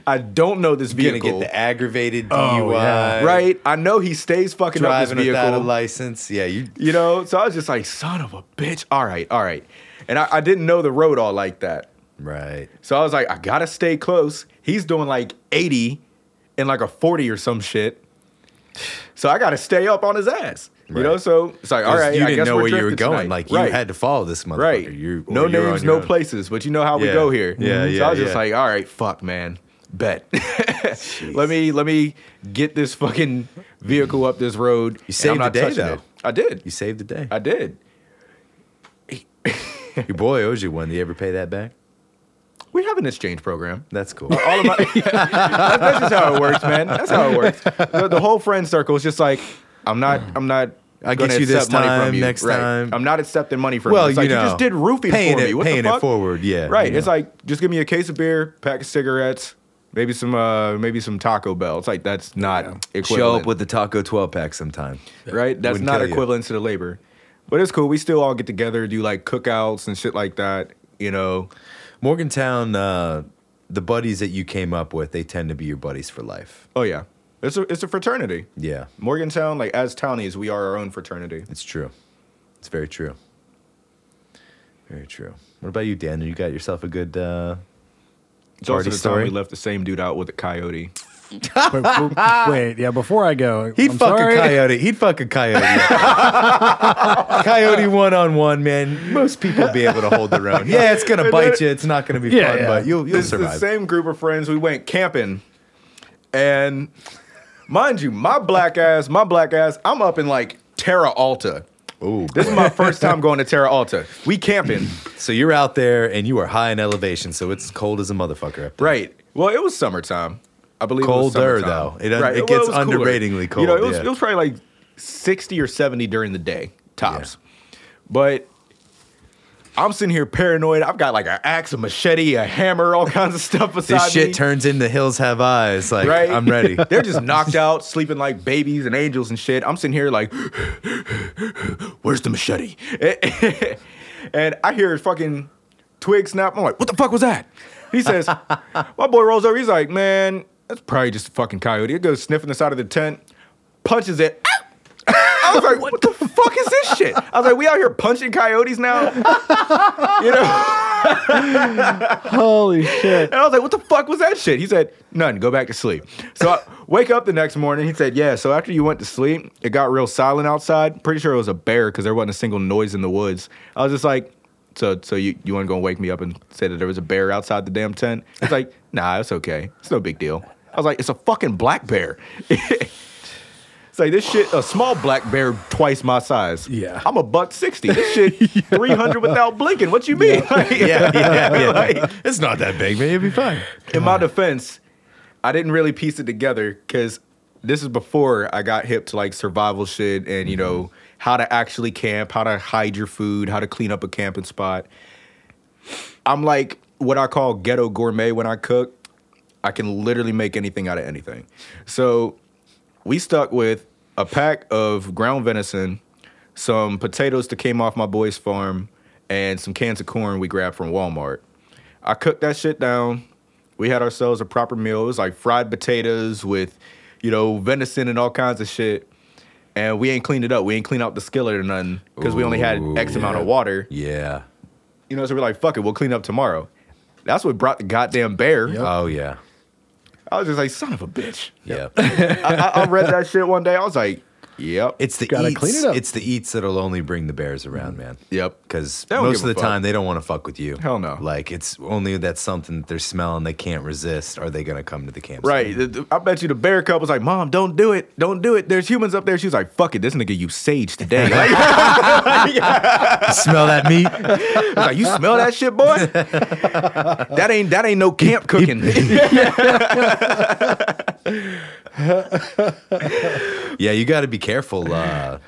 S3: I don't know this
S2: You're gonna
S3: vehicle.
S2: get the aggravated DUI.
S1: Oh, yeah.
S3: right? I know he stays fucking
S2: Driving
S3: up this
S2: without a
S3: vehicle.
S2: license. Yeah. You.
S3: You know, so I was just like, son of a bitch. All right, all right. And I, I didn't know the road all like that.
S2: Right.
S3: So I was like, I gotta stay close. He's doing like 80 and like a 40 or some shit. So I gotta stay up on his ass. You know,
S2: Right.
S3: so it's like, all right,
S2: you
S3: I
S2: didn't
S3: guess
S2: know
S3: we're
S2: where you were
S3: drifting
S2: going. Like
S3: tonight. right.
S2: you had to follow this motherfucker.
S3: right.
S2: You, or
S3: no
S2: you're
S3: names,
S2: on your
S3: no
S2: own.
S3: places, but you know how we
S2: Yeah.
S3: go here. Mm-hmm.
S2: Yeah,
S3: So I
S2: yeah,
S3: was just
S2: yeah.
S3: like, all right, fuck, man. Bet. let me let me get this fucking vehicle up this road. You
S2: saved the day, though.
S3: I did.
S2: You saved the day.
S3: I did.
S2: your boy owes you one. Do you ever pay that back?
S3: We have an exchange program.
S2: That's cool.
S3: all of my that's, that's just how it works, man. That's how it works. The, the whole friend circle is just like I'm not. I'm not.
S2: I
S3: gonna
S2: get you this
S3: accept money
S2: time,
S3: from you.
S2: next
S3: right.
S2: time.
S3: I'm not accepting money from
S2: Well,
S3: you. It's like
S2: you
S3: you
S2: know,
S3: just did roofing
S2: paying
S3: for
S2: it-
S3: me. What the
S2: paying it
S3: fuck?
S2: forward, yeah,
S3: Right.
S2: you
S3: It's
S2: know.
S3: like just give me a case of beer, pack of cigarettes, maybe some, uh, maybe some Taco Bell. It's like that's not
S2: Show up
S3: equivalent.
S2: with the taco twelve pack sometime.
S3: right. That's
S2: Wouldn't
S3: not
S2: kill you.
S3: equivalent to the labor, but it's cool. We still all get together, do like cookouts and shit like that. You know.
S2: Morgantown, uh, the buddies that you came up with, they tend to be your buddies for life.
S3: Oh yeah. It's a it's a fraternity.
S2: Yeah,
S3: Morgantown, like as townies, we are our own fraternity.
S2: it's true. It's very true. Very true. What about you, Dan? You got yourself a good. Uh,
S3: It's also
S2: Party
S3: the
S2: story?
S3: time we left the same dude out with a coyote.
S1: Wait, wait, wait, yeah. Before I go,
S2: he'd
S1: I'm
S2: fuck
S1: sorry.
S2: a coyote. He'd fuck a coyote. coyote one on one, man. Most people be able to hold their own. Yeah, it's gonna bite you. It's not gonna be
S1: Yeah,
S2: fun,
S1: yeah.
S2: but you'll you'll
S3: this
S2: survive.
S3: is the same group of friends. We went camping, and mind you, my black ass, my black ass, I'm up in like Terra Alta.
S2: Ooh,
S3: This is my first time going to Terra Alta. We camping,
S2: so you're out there and you are high in elevation, so it's cold as a motherfucker up there.
S3: right? Well, it was summertime. I believe it was
S2: Colder,
S3: summertime.
S2: though. It un- it
S3: Well,
S2: gets
S3: was cooler.
S2: underratingly
S3: You know,
S2: cold,
S3: it was,
S2: yeah.
S3: it was probably like sixty or seventy during the day tops, but. I'm sitting here paranoid. I've got like an axe, a machete, a hammer, all kinds of stuff beside
S2: This shit
S3: me.
S2: turns into hills have eyes. Like
S3: right?
S2: I'm ready.
S3: They're just knocked out, sleeping like babies and angels and shit. I'm sitting here like, where's the machete? and I hear a fucking twig snap. I'm like, what the fuck was that? He says, my boy rolls over. He's like, man, that's probably just a fucking coyote. It goes sniffing the side of the tent, punches it. I was like, what, the fuck is this shit? I was like, we out here punching coyotes now? you know?
S1: Holy shit!
S3: And I was like, what the fuck was that shit? He said, none, go back to sleep. So I wake up the next morning. He said, yeah, so after you went to sleep, it got real silent outside. Pretty sure it was a bear because there wasn't a single noise in the woods. I was just like, so so you, you weren't going to wake me up and say that there was a bear outside the damn tent? It's like, nah, it's okay. It's no big deal. I was like, it's a fucking black bear. it's like this shit, a small black bear twice my size.
S1: Yeah.
S3: I'm a buck 60. This shit, 300 without blinking. What you mean? Like-
S2: yeah, yeah, yeah.
S3: Like-
S2: it's not that big, man. You'll be fine.
S3: in my defense, I didn't really piece it together because this is before I got hip to like survival shit and you know how to actually camp, how to hide your food, how to clean up a camping spot. I'm like what I call ghetto gourmet when I cook. I can literally make anything out of anything. So we stuck with a pack of ground venison, some potatoes that came off my boy's farm, and some cans of corn we grabbed from Walmart. I cooked that shit down. We had ourselves a proper meal. It was like fried potatoes with, you know, venison and all kinds of shit. And we ain't cleaned it up. We ain't cleaned out the skillet or nothing because we only had X
S2: Ooh,
S3: amount
S2: yeah.
S3: of water.
S2: Yeah.
S3: You know, so we're like, fuck it, we'll clean up tomorrow. That's what brought the goddamn bear. Uh,
S1: Yep.
S2: Oh yeah.
S3: I was just like, son of a bitch.
S2: Yeah.
S3: I, I- I read that shit one day. I was like, yep.
S2: It's the
S1: Gotta
S2: eats.
S1: clean it up. Mm.
S2: It's the eats that'll only bring the bears around, man.
S3: Yep.
S2: Because
S3: They don't
S2: most of
S3: give a
S2: the
S3: fuck.
S2: time they don't want to fuck with you.
S3: Hell no.
S2: Like it's only that something that they're smelling they can't resist. Are they gonna come to the campsite?
S3: Right. The- the- I bet you the bear cub was like, Mom, don't do it. Don't do it. There's humans up there. She was like, fuck it. This nigga used sage today. Like,
S2: Smell that meat?
S3: I was like, you smell that shit, boy? that ain't that ain't no camp cooking.
S2: yeah, you got to be careful uh,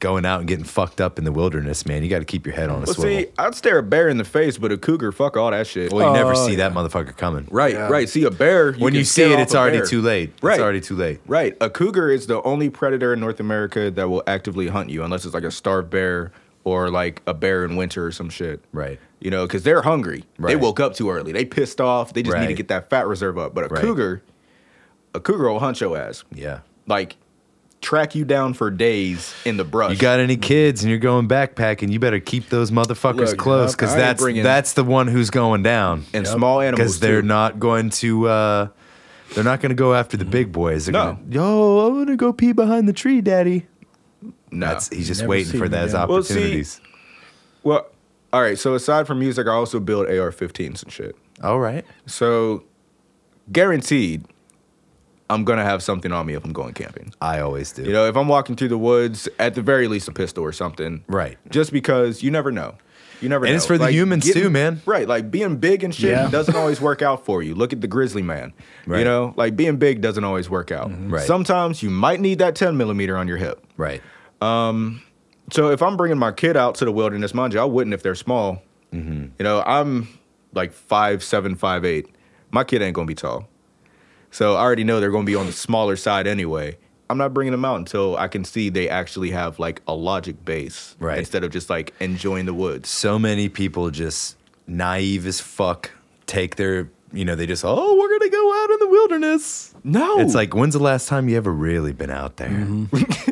S2: going out and getting fucked up in the wilderness, man. You got to keep your head on a
S3: well,
S2: swivel.
S3: see, I'd stare a bear in the face, but a cougar, fuck all that shit.
S2: well, you never
S1: Oh,
S2: see that motherfucker coming.
S3: right,
S1: Yeah.
S3: right. See a bear.
S2: When
S3: can
S2: you see
S3: scare
S2: it,
S3: off
S2: it's
S3: a
S2: already
S3: bear.
S2: too late.
S3: Right.
S2: It's already too late.
S3: Right. A cougar is the only predator in North America that will actively hunt you unless it's like a starved bear or like a bear in winter or some shit.
S2: Right.
S3: You know, because they're hungry. They
S2: Right.
S3: woke up too early. They pissed off. They just need to
S2: Right.
S3: get that fat reserve up. But a
S2: Right.
S3: cougar, a cougar will hunt your ass.
S2: Yeah.
S3: Like, track you down for days in the brush.
S2: You got any kids and you're going backpacking, you better keep those motherfuckers
S3: Look,
S2: close
S3: yep,
S2: because
S3: I ain't
S2: that's
S3: bringing-
S2: that's the one who's going down.
S3: and small animals.
S2: because they're
S3: too.
S2: not going to uh, they're not going to go
S1: Mm-hmm.
S2: after the big boys. They're
S3: No.
S2: gonna, yo, I'm going to go pee behind the tree, daddy.
S3: No.
S2: That's he's just
S1: Never
S2: waiting
S1: seen
S2: for those
S1: them.
S3: Well, see-
S2: opportunities.
S3: well, all right. So, aside from music, I also build AR 15s and shit.
S2: All right,
S3: So, guaranteed, I'm going to have something on me if I'm going camping.
S2: I always do.
S3: You know, if I'm walking through the woods, at the very least, a pistol or something.
S2: Right.
S3: Just because you never know. You never know.
S2: And it's for the humans too, man.
S3: Right. Like being big and shit
S1: Yeah.
S3: doesn't always work out for you. Look at the grizzly man.
S2: Right. Mm-hmm.
S3: You know, like being big doesn't always work out.
S2: Right.
S3: Sometimes you might need that 10 millimeter on your hip.
S2: right?
S3: So if I'm bringing my kid out to the wilderness, mind you, I wouldn't if they're small.
S2: Mm-hmm.
S3: You know, I'm like five seven, five eight. My kid ain't gonna be tall, so I already know they're gonna be on the smaller side anyway. I'm not bringing them out until I can see they actually have like a logic base,
S2: Right.
S3: Instead of just like enjoying the woods.
S2: So many people just naive as fuck take their you know, they just, oh, we're going to go out in the wilderness.
S3: No. Mm-hmm.
S2: It's like, when's the last time you ever really been out there?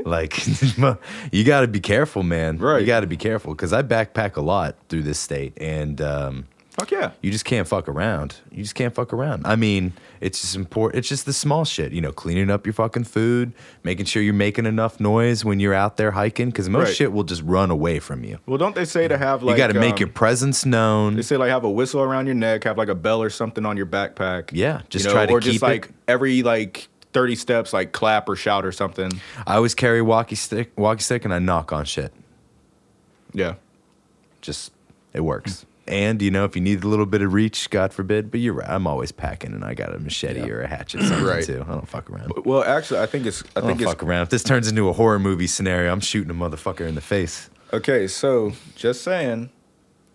S2: like, you got to be careful, man.
S3: Right.
S2: You got to be careful because I backpack a lot through this state and um,
S3: fuck yeah.
S2: you just can't fuck around. You just can't fuck around. I mean, it's just important. It's just the small shit, you know, cleaning up your fucking food, making sure you're making enough noise when you're out there hiking because most
S3: Right.
S2: shit will just run away from you.
S3: Well, don't they say to have like
S2: you got to make
S3: um,
S2: your presence known.
S3: They say like have a whistle around your neck, have like a bell or something on your backpack.
S2: Yeah, just try to
S3: or
S2: keep
S3: just
S2: it-
S3: like every like thirty steps, like clap or shout or something.
S2: I always carry walkie stick, walkie stick, and I knock on shit.
S3: Yeah,
S2: Just it works. And you know, if you need a little bit of reach, God forbid, but you're right. I'm always packing, and I got a machete or a hatchet, something
S3: Right.
S2: too. I don't fuck around.
S3: Well, actually, I think it's. I
S2: I don't
S3: think it's
S2: Oh, fuck around. If this turns into a horror movie scenario, I'm shooting a motherfucker in the face.
S3: okay. So, just saying,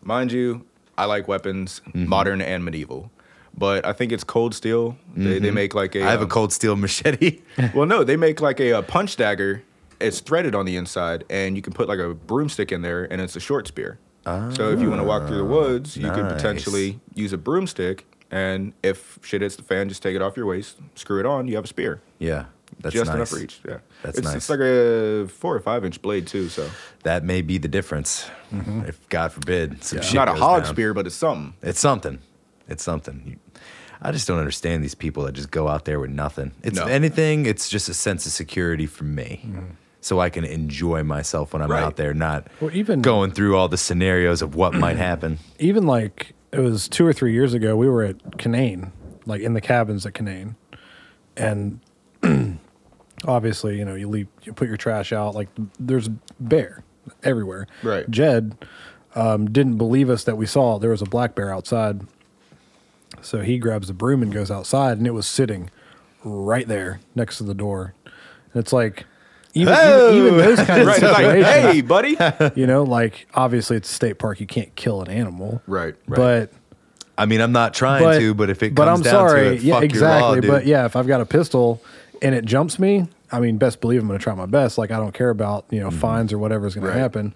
S3: mind you, I like weapons,
S2: Mm-hmm.
S3: modern and medieval, but I think it's cold steel. They, they make like a.
S2: Mm-hmm. I have a
S3: um,
S2: cold steel machete.
S3: Well, no, they make like a, uh punch dagger. It's threaded on the inside, and you can put like a broomstick in there, and it's a short spear. so if you want to walk through the woods, you could
S2: Ah, nice.
S3: potentially use a broomstick, and if shit hits the fan, just take it off your waist, screw it on, you have a spear.
S2: yeah, that's
S3: just
S2: nice.
S3: enough reach. Yeah,
S2: That's
S3: it's,
S2: nice.
S3: It's like a four or five inch blade too, so
S2: That may be the difference. If God forbid, some
S3: it's
S2: shit
S3: Mm-hmm. not a
S2: goes
S3: hog
S2: down.
S3: spear, but it's something.
S2: It's something. It's something. You- I just don't understand these people that just go out there with nothing. It's
S3: No. Mm.
S2: if anything. It's just a sense of security for me, so I can enjoy myself when I'm
S3: Right.
S2: out there, not
S1: Well, even-
S2: going through all the scenarios of what might happen.
S1: even like it was two or three years ago, we were at Canaan, like in the cabins at Canaan, and obviously, you know, you leave, you put your trash out. Like there's bear everywhere.
S3: Right.
S1: Jed um, didn't believe us that we saw there was a black bear outside, so he grabs the broom and goes outside, and it was sitting right there next to the door. And it's like. Even, even, even those kind of
S3: Right, it's like,
S1: situations,
S3: hey, buddy.
S1: you know, like obviously it's a state park, you can't kill an animal,
S3: right, right.
S1: but
S2: I mean, I'm not trying
S1: but
S2: to, but if it comes
S1: but I'm
S2: down
S1: sorry,
S2: to it,
S1: yeah,
S2: fuck
S1: exactly.
S2: your law, dude.
S1: But yeah, if I've got a pistol and it jumps me, I mean, best believe I'm going to try my best. Like I don't care about you know
S2: Mm-hmm.
S1: fines or whatever's going
S3: Right.
S1: to happen.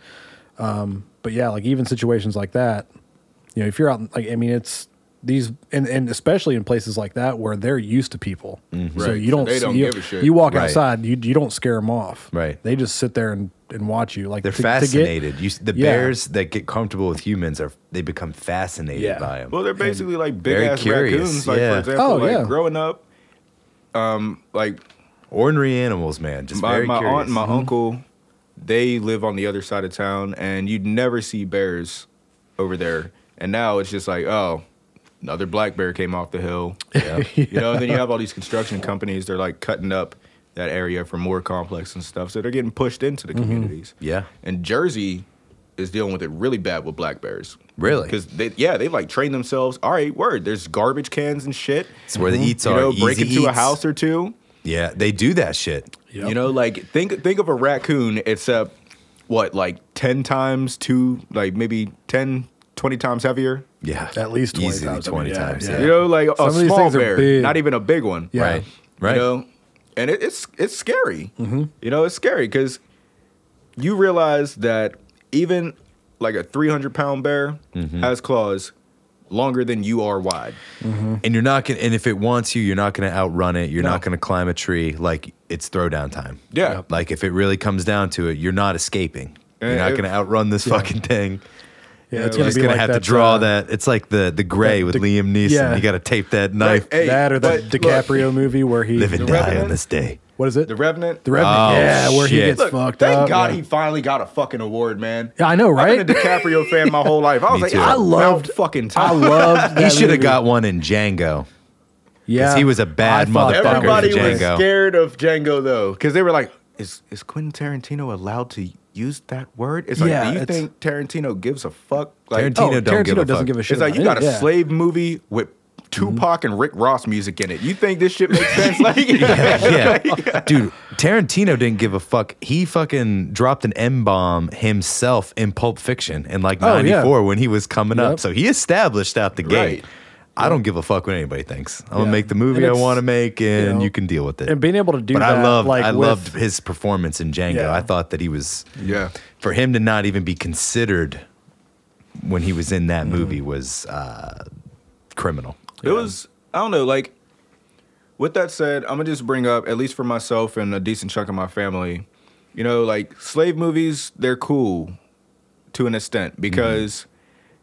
S1: Um, but yeah, like even situations like that, you know, if you're out, in- like I mean, it's these and, and especially in places like that where they're used to people,
S2: Mm-hmm.
S1: so
S3: Right.
S1: you don't,
S3: They don't
S1: you,
S3: give a shit.
S1: you walk
S2: Right.
S1: outside, you you don't scare them off,
S2: Right.
S1: They just sit there and, and watch you. Like
S2: They're
S1: to- to get-
S2: fascinated. you, s- the
S1: Yeah.
S2: bears that get comfortable with humans are they become fascinated
S1: Yeah.
S2: by them.
S3: Well, they're basically like big
S2: Very
S3: ass
S2: curious,
S3: raccoons. Like
S2: yeah.
S3: for example,
S1: Oh,
S3: like
S1: yeah.
S3: growing up, um, like
S2: Ornery animals, man. Just
S3: my,
S2: very
S3: my
S2: curious. Mm-hmm.
S3: aunt and my uncle they live on the other side of town and you'd never see bears over there and now it's just like oh another black bear came off the hill you know and then you have all these construction companies they're like cutting up that area for more complex and stuff so they're getting pushed into
S2: Mm-hmm.
S3: the communities
S2: Yeah.
S3: and jersey is dealing with it really bad with black bears
S2: Really?
S3: because they yeah they like train themselves all right word there's garbage cans and shit
S2: It's where the eats
S3: Mm-hmm. you
S2: are.
S3: know break
S2: Easy
S3: into a
S2: eats.
S3: house or two
S2: Yeah, they do that shit.
S1: Yep.
S3: you know, like think think of a raccoon except what, like ten times two, like maybe 10, 20 times heavier.
S2: Yeah,
S1: At least 20
S2: Easily
S1: times. I mean,
S2: 20
S1: yeah,
S2: times.
S1: yeah.
S2: Yeah.
S3: You know, like a
S1: Some of these
S3: small
S1: things are
S3: bear,
S1: big.
S3: not even a big one.
S1: Yeah.
S2: Right. Right.
S3: You know, and it, it's it's scary.
S1: Mm-hmm.
S3: You know, it's scary because you realize that even like a three hundred pound bear
S1: Mm-hmm.
S3: has claws longer than you are wide.
S2: and you're not gonna. And if it wants you, you're not gonna outrun it. You're
S3: No.
S2: not gonna climb a tree. Like it's throwdown time.
S3: Yeah. Yep.
S2: Like if it really comes down to it, you're not escaping. You're
S3: And
S2: not
S3: if-
S2: gonna outrun this fucking thing.
S1: Yeah,
S2: You're
S1: gonna
S2: just
S1: be
S2: gonna
S1: like
S2: have to
S1: that,
S2: draw
S1: uh,
S2: that. It's like the the gray
S1: that
S2: with
S1: Di-
S2: Liam Neeson.
S1: yeah.
S2: You got to tape that knife.
S3: hey,
S1: that or the
S3: but look-
S1: DiCaprio movie where he
S2: Live and die on
S3: Revenant?
S2: this day.
S1: What is it?
S3: The Revenant.
S1: The Revenant.
S2: Oh,
S1: yeah, where he
S2: shit.
S1: gets
S3: Look,
S1: fucked
S3: thank
S1: up.
S3: God
S1: yeah.
S3: he finally got a fucking award, man.
S1: Yeah, I know,
S3: I've
S1: right?
S3: been a DiCaprio fan my whole life. I was
S2: Me
S3: like,
S2: too.
S3: I
S2: I
S3: loved
S1: loved-
S3: fucking
S1: I
S3: time.
S1: love.
S2: He
S1: that
S2: should have
S1: movie.
S2: got one in Django.
S1: Yeah,
S2: he was a bad
S1: I thought that
S2: motherfucker.
S3: Everybody
S1: was-
S3: was
S2: Django.
S3: scared of Django though, because they were like, "Is is Quentin Tarantino allowed to use that word?" It's like,
S1: Yeah,
S3: do you
S1: it's-
S3: think Tarantino gives a fuck?
S2: Tarantino
S3: Like,
S1: Oh,
S2: don't
S1: Tarantino
S2: give a
S1: doesn't
S2: fuck.
S1: give a shit.
S3: it's like
S1: about
S3: you
S1: it,
S3: got a
S1: yeah. Mm-hmm.
S3: slave movie with Tupac and Rick Ross music in it. You think this shit makes sense? Like,
S2: yeah. Dude, Tarantino didn't give a fuck. He fucking dropped an M bomb himself in Pulp Fiction in like
S1: Oh, yeah.
S2: 94 when he was coming up.
S1: Yep.
S2: So he established out the gate.
S3: Right.
S2: I don't give a fuck what anybody thinks. I'm gonna
S1: Yeah.
S2: make the movie
S1: And
S2: I
S1: it's,
S2: want to make, and you,
S1: know,
S2: can deal with it.
S1: and being able to do
S2: but I
S1: that,
S2: loved,
S1: like,
S2: I
S1: with-
S2: loved his performance in Django.
S1: Yeah.
S2: I thought that he was,
S3: Yeah.
S2: for him to not even be
S1: Mm-hmm.
S2: considered when he was in that movie was uh, criminal.
S3: It was I don't know, like with that said, I'm gonna just bring up, at least for myself and a decent chunk of my family, you know, like slave movies, they're cool to an extent because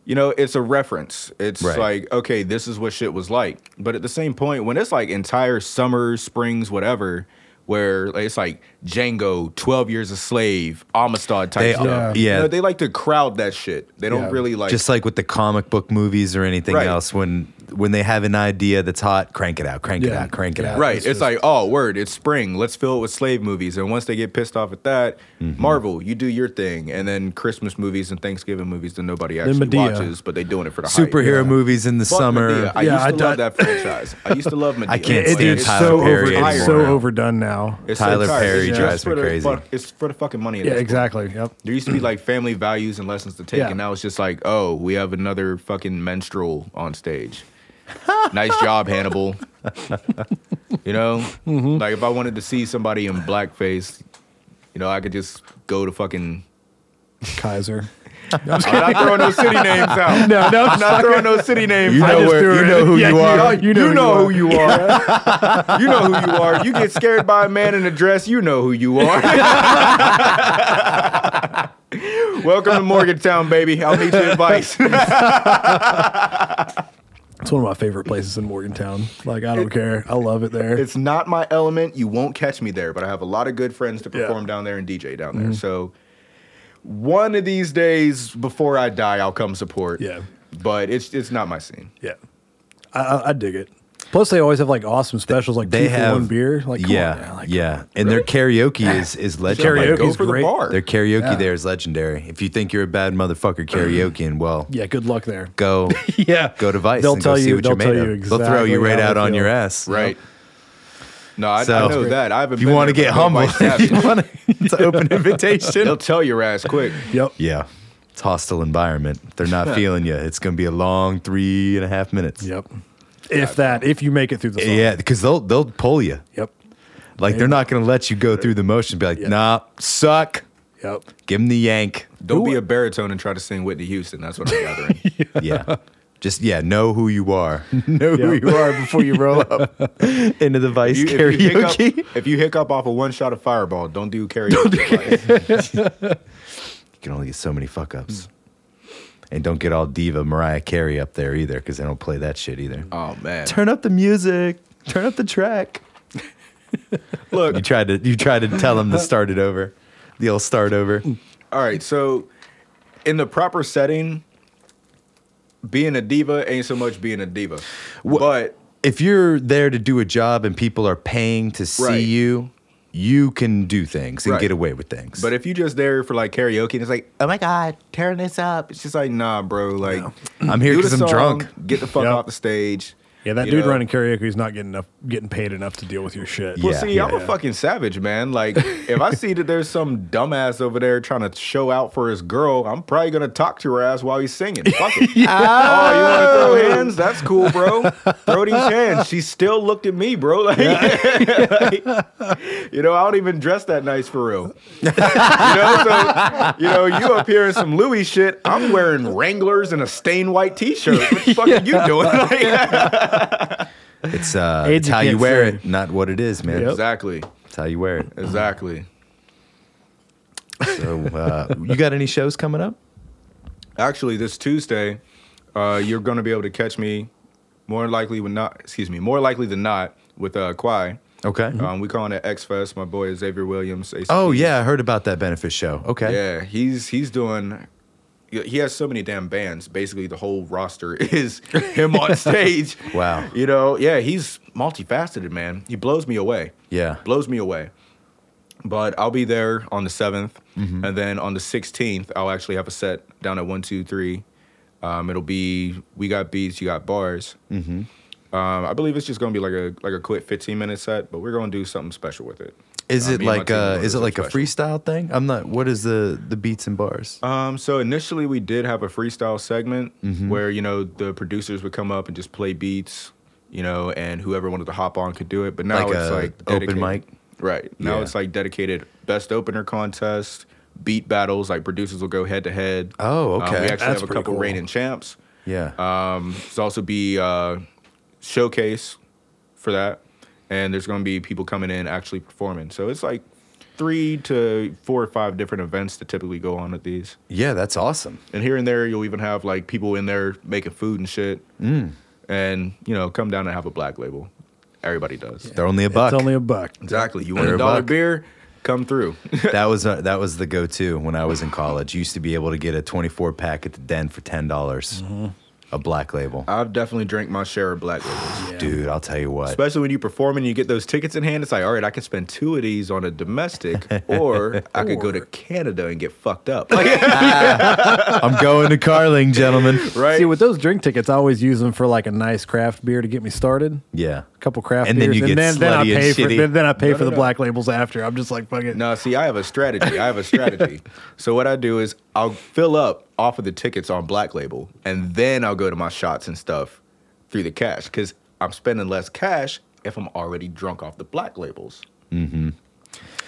S3: you know, it's a reference. It's
S2: Mm-hmm. Right.
S3: like, okay, this is what shit was like. But at the same point, when it's like entire summers, springs, whatever, where like, it's like Django, 12 years a slave, Amistad type
S2: They-
S1: yeah.
S3: stuff.
S2: Yeah.
S3: You know, they like to crowd that shit. They don't
S1: Yeah.
S3: really like
S2: just like with the comic book movies or anything
S3: Right.
S2: else when when they have an idea that's hot crank it out crank it
S1: Yeah.
S2: out crank it
S1: Yeah.
S2: out
S3: Right.
S1: It's
S3: It's,
S1: just-
S3: like, oh, word, it's spring. Let's fill it with slave movies. And once they get pissed off at that,
S2: Mm-hmm.
S3: Marvel, you do your thing. And then Christmas movies and Thanksgiving movies that nobody actually
S1: Medea.
S3: watches, but they're doing it for the hype.
S2: superhero movies in the
S3: Fuck
S2: summer
S3: Medea. I
S1: Yeah,
S3: used to
S1: I
S3: love
S1: don't-
S3: that franchise. I used to love Medea.
S2: I can't
S3: Like,
S1: It's,
S2: stand
S1: it's
S2: Tyler
S1: so over,
S2: Perry
S1: it's
S2: anymore
S1: so
S2: now.
S1: overdone now.
S3: it's
S2: Tyler
S3: tired.
S2: Perry
S3: It's
S2: drives
S3: just
S2: me
S3: for the
S2: crazy.
S3: fuck- it's for the fucking money. at
S1: yeah,
S3: this point.
S1: exactly. Yep.
S3: There used to be like family values and lessons to take,
S1: Yeah.
S3: and now it's just like, oh, we have another fucking menstrual on stage. nice job, Hannibal. you know, like if I wanted to see somebody in blackface, you know, I could just go to fucking.
S1: Kaiser.
S3: I'm not throwing no city names out.
S1: No, no,
S3: I'm not throwing no city names.
S2: You
S3: out.
S2: know
S1: just
S2: where-
S1: threw
S2: you
S1: it
S2: know
S1: in.
S2: who
S1: Yeah,
S2: you
S1: you
S2: are.
S1: know- you know who
S3: who you are. you know who you are. You get scared by a man in a dress. You know who you are. Welcome to Morgantown, baby. I'll meet you in Vice.
S1: It's one of my favorite places in Morgantown. Like I don't care. I love it there.
S3: it's not my element. You won't catch me there, but I have a lot of good friends to
S1: Yeah.
S3: perform down there and DJ down
S1: Mm-hmm.
S3: there. So one of these days before I die, I'll come support.
S1: Yeah.
S3: But it's it's not my scene.
S1: yeah. I, I, I dig it. Plus they always have like awesome specials like
S2: they
S1: two for
S2: have
S1: one beer. Like come on
S2: yeah
S1: now, like,
S2: yeah and their karaoke is is legendary
S1: Karaoke's
S3: Go for
S1: great.
S3: the bar.
S2: their karaoke
S1: Yeah.
S2: there is legendary if you think you're a bad motherfucker karaokeing well
S1: Yeah, good luck there.
S2: go
S1: Yeah.
S2: go to vice
S1: They'll
S2: and
S1: tell
S2: go see
S1: you-
S2: what you're
S1: they'll tell
S2: made of
S1: you
S2: they'll throw you
S1: exactly
S2: right
S1: how
S2: out
S1: they
S2: on your
S1: feel.
S2: ass
S3: Right. No, I,
S2: So-
S3: I know that. I haven't
S2: if you
S3: been
S2: want to
S3: there,
S2: get
S3: but
S2: humble
S3: Vice
S2: if you
S3: Savage.
S2: want to it's an open invitation
S3: They'll tell your ass quick.
S1: Yep.
S2: Yeah. It's hostile environment. If they're not feeling you. It's gonna be a long three and a half minutes.
S1: Yep. If that, if you make it through the song.
S2: Yeah, because they'll they'll pull you.
S1: Yep.
S2: Like they're not gonna let you go through the motions. and Be like,
S1: Yeah.
S2: nah, suck.
S1: Yep.
S2: Give them the yank.
S3: Don't be a baritone and try to sing Whitney Houston. That's what I'm gathering.
S2: Yeah. Just yeah, know who you are. know who
S1: Yeah.
S2: you are before you roll up into the vice
S3: You- if, you
S2: karaoke.
S3: hiccup, if you hiccup off a one shot of Fireball, don't do karaoke. twice.
S2: You can only get so many fuck
S1: Hmm.
S2: ups. And don't get all diva Mariah Carey up there either, because they don't play that shit either.
S3: oh man!
S2: Turn up the music. Turn up the track.
S3: Look,
S2: You tried to you tried to tell them to start it over. The old start over.
S3: All right, so in the proper setting, being a diva ain't so much being a diva, but
S2: If you're there to do a job and people are paying to see
S3: Right.
S2: you, you can do things and
S3: Right.
S2: get away with things.
S3: but if you just there for like karaoke and it's like, oh my god, tearing this up, it's just like nah, bro. Like
S2: I'm here
S3: do
S2: because
S3: the
S2: I'm
S3: song,
S2: drunk.
S3: Get the fuck
S1: Yep.
S3: off the stage.
S1: Yeah, that
S3: you
S1: dude
S3: know?
S1: running karaoke is not getting enough, getting paid enough to deal with your shit.
S2: Yeah.
S3: Well, see, I'm
S1: yeah.
S3: a fucking savage, man. Like, if I see that there's some dumbass over there trying to show out for his girl, I'm probably gonna talk to her ass while he's singing. Fuck it. Oh, you want to throw hands? That's cool, bro. Throw these hands. She still looked at me, bro. Like, you know, I don't even dress that nice for real. you know, so you know, you up here in some Louis shit. I'm wearing Wranglers and a stained white T-shirt. What the fuck are you doing? Like-
S2: It's uh,
S1: Ed,
S2: it's
S1: you
S2: how you
S1: can't
S2: wear
S1: sing.
S2: it, not what it is, man.
S1: Yep.
S3: exactly.
S2: It's how you wear it.
S3: Exactly.
S2: So, uh, you got any shows coming up?
S3: Actually, this Tuesday, uh, you're going to be able to catch me more likely than not. Excuse me, more likely than not with uh, Kwai.
S2: Okay.
S3: Um, we calling it X Fest. My boy Xavier Williams. AC.
S2: Mm-hmm. Oh yeah, I heard about that benefit show. Okay.
S3: yeah. He's he's doing. He has so many damn bands. Basically, the whole roster is him on stage.
S2: Wow.
S3: You know, yeah, he's multifaceted, man. He blows me away.
S2: Yeah.
S3: blows me away. But I'll be there on the 7th. And then on the 16th, I'll actually have a set down at 123. Um, it'll be We Got Beats, You Got Bars. Mm-hmm. Um, I believe it's just going to be like a like a quick 15 minute set, but we're going to do something special with it.
S2: Is
S3: Uh,
S2: it
S3: me and my
S2: like
S3: team
S2: uh,
S3: wanna do
S2: is it
S3: something
S2: like a
S3: special.
S2: freestyle thing? I'm not. What is the the beats and bars?
S1: Uh,
S3: Um, so initially we did have a freestyle segment
S2: Mm-hmm.
S3: where you know the producers would come up and just play beats, you know, and whoever wanted to hop on could do it. But now
S2: Like
S3: it's
S2: a
S3: like
S2: open
S3: dedicated-
S2: mic?
S3: Right now
S2: Yeah.
S3: it's like dedicated best opener contest, beat battles. Like producers will go head to head.
S2: Oh,
S3: Um,
S2: okay.
S3: we actually
S1: That's
S3: have a
S1: pretty
S3: couple
S1: cool.
S3: reigning champs.
S2: yeah.
S3: Um, there's also be uh, showcase for that, and there's going to be people coming in actually performing. So it's like three to four or five different events that typically go on at these.
S2: Yeah, that's awesome.
S3: And here and there, you'll even have like people in there making food and shit. And, you know, come down and have a black label. Everybody does.
S2: They're only a buck.
S1: It's only a buck.
S3: Exactly. You want
S2: They're
S3: a
S2: a
S3: dollar
S2: buck.
S3: beer? Come through.
S2: that was uh that was the go-to when I was in college. Used to be able to get a 24 pack at the den for ten dollars,
S1: Mm-hmm.
S2: a black label.
S1: Uh,
S3: I've definitely drank my share of black labels.
S2: Dude, I'll tell you what.
S3: Especially when you perform and you get those tickets in hand, it's like, all right, I can spend two of these on a domestic, or I could go to Canada and get fucked up. Like,
S2: I'm going to Carling, gentlemen.
S3: right?
S1: See, with those drink tickets, I always use them for like a nice craft beer to get me started.
S2: Yeah.
S1: A couple craft
S2: And then
S1: beers,
S2: you
S1: and then,
S2: get
S1: then I
S2: slutty and
S1: pay for
S2: shitty.
S1: then, then I pay for
S3: no,
S1: the
S3: no.
S1: black labels after. I'm just like fuck it.
S3: No, see, I have a strategy. I have a strategy. So what I do is I'll fill up off of the tickets on Black Label, and then I'll go to my shots and stuff through the cash because I'm spending less cash if I'm already drunk off the Black Labels.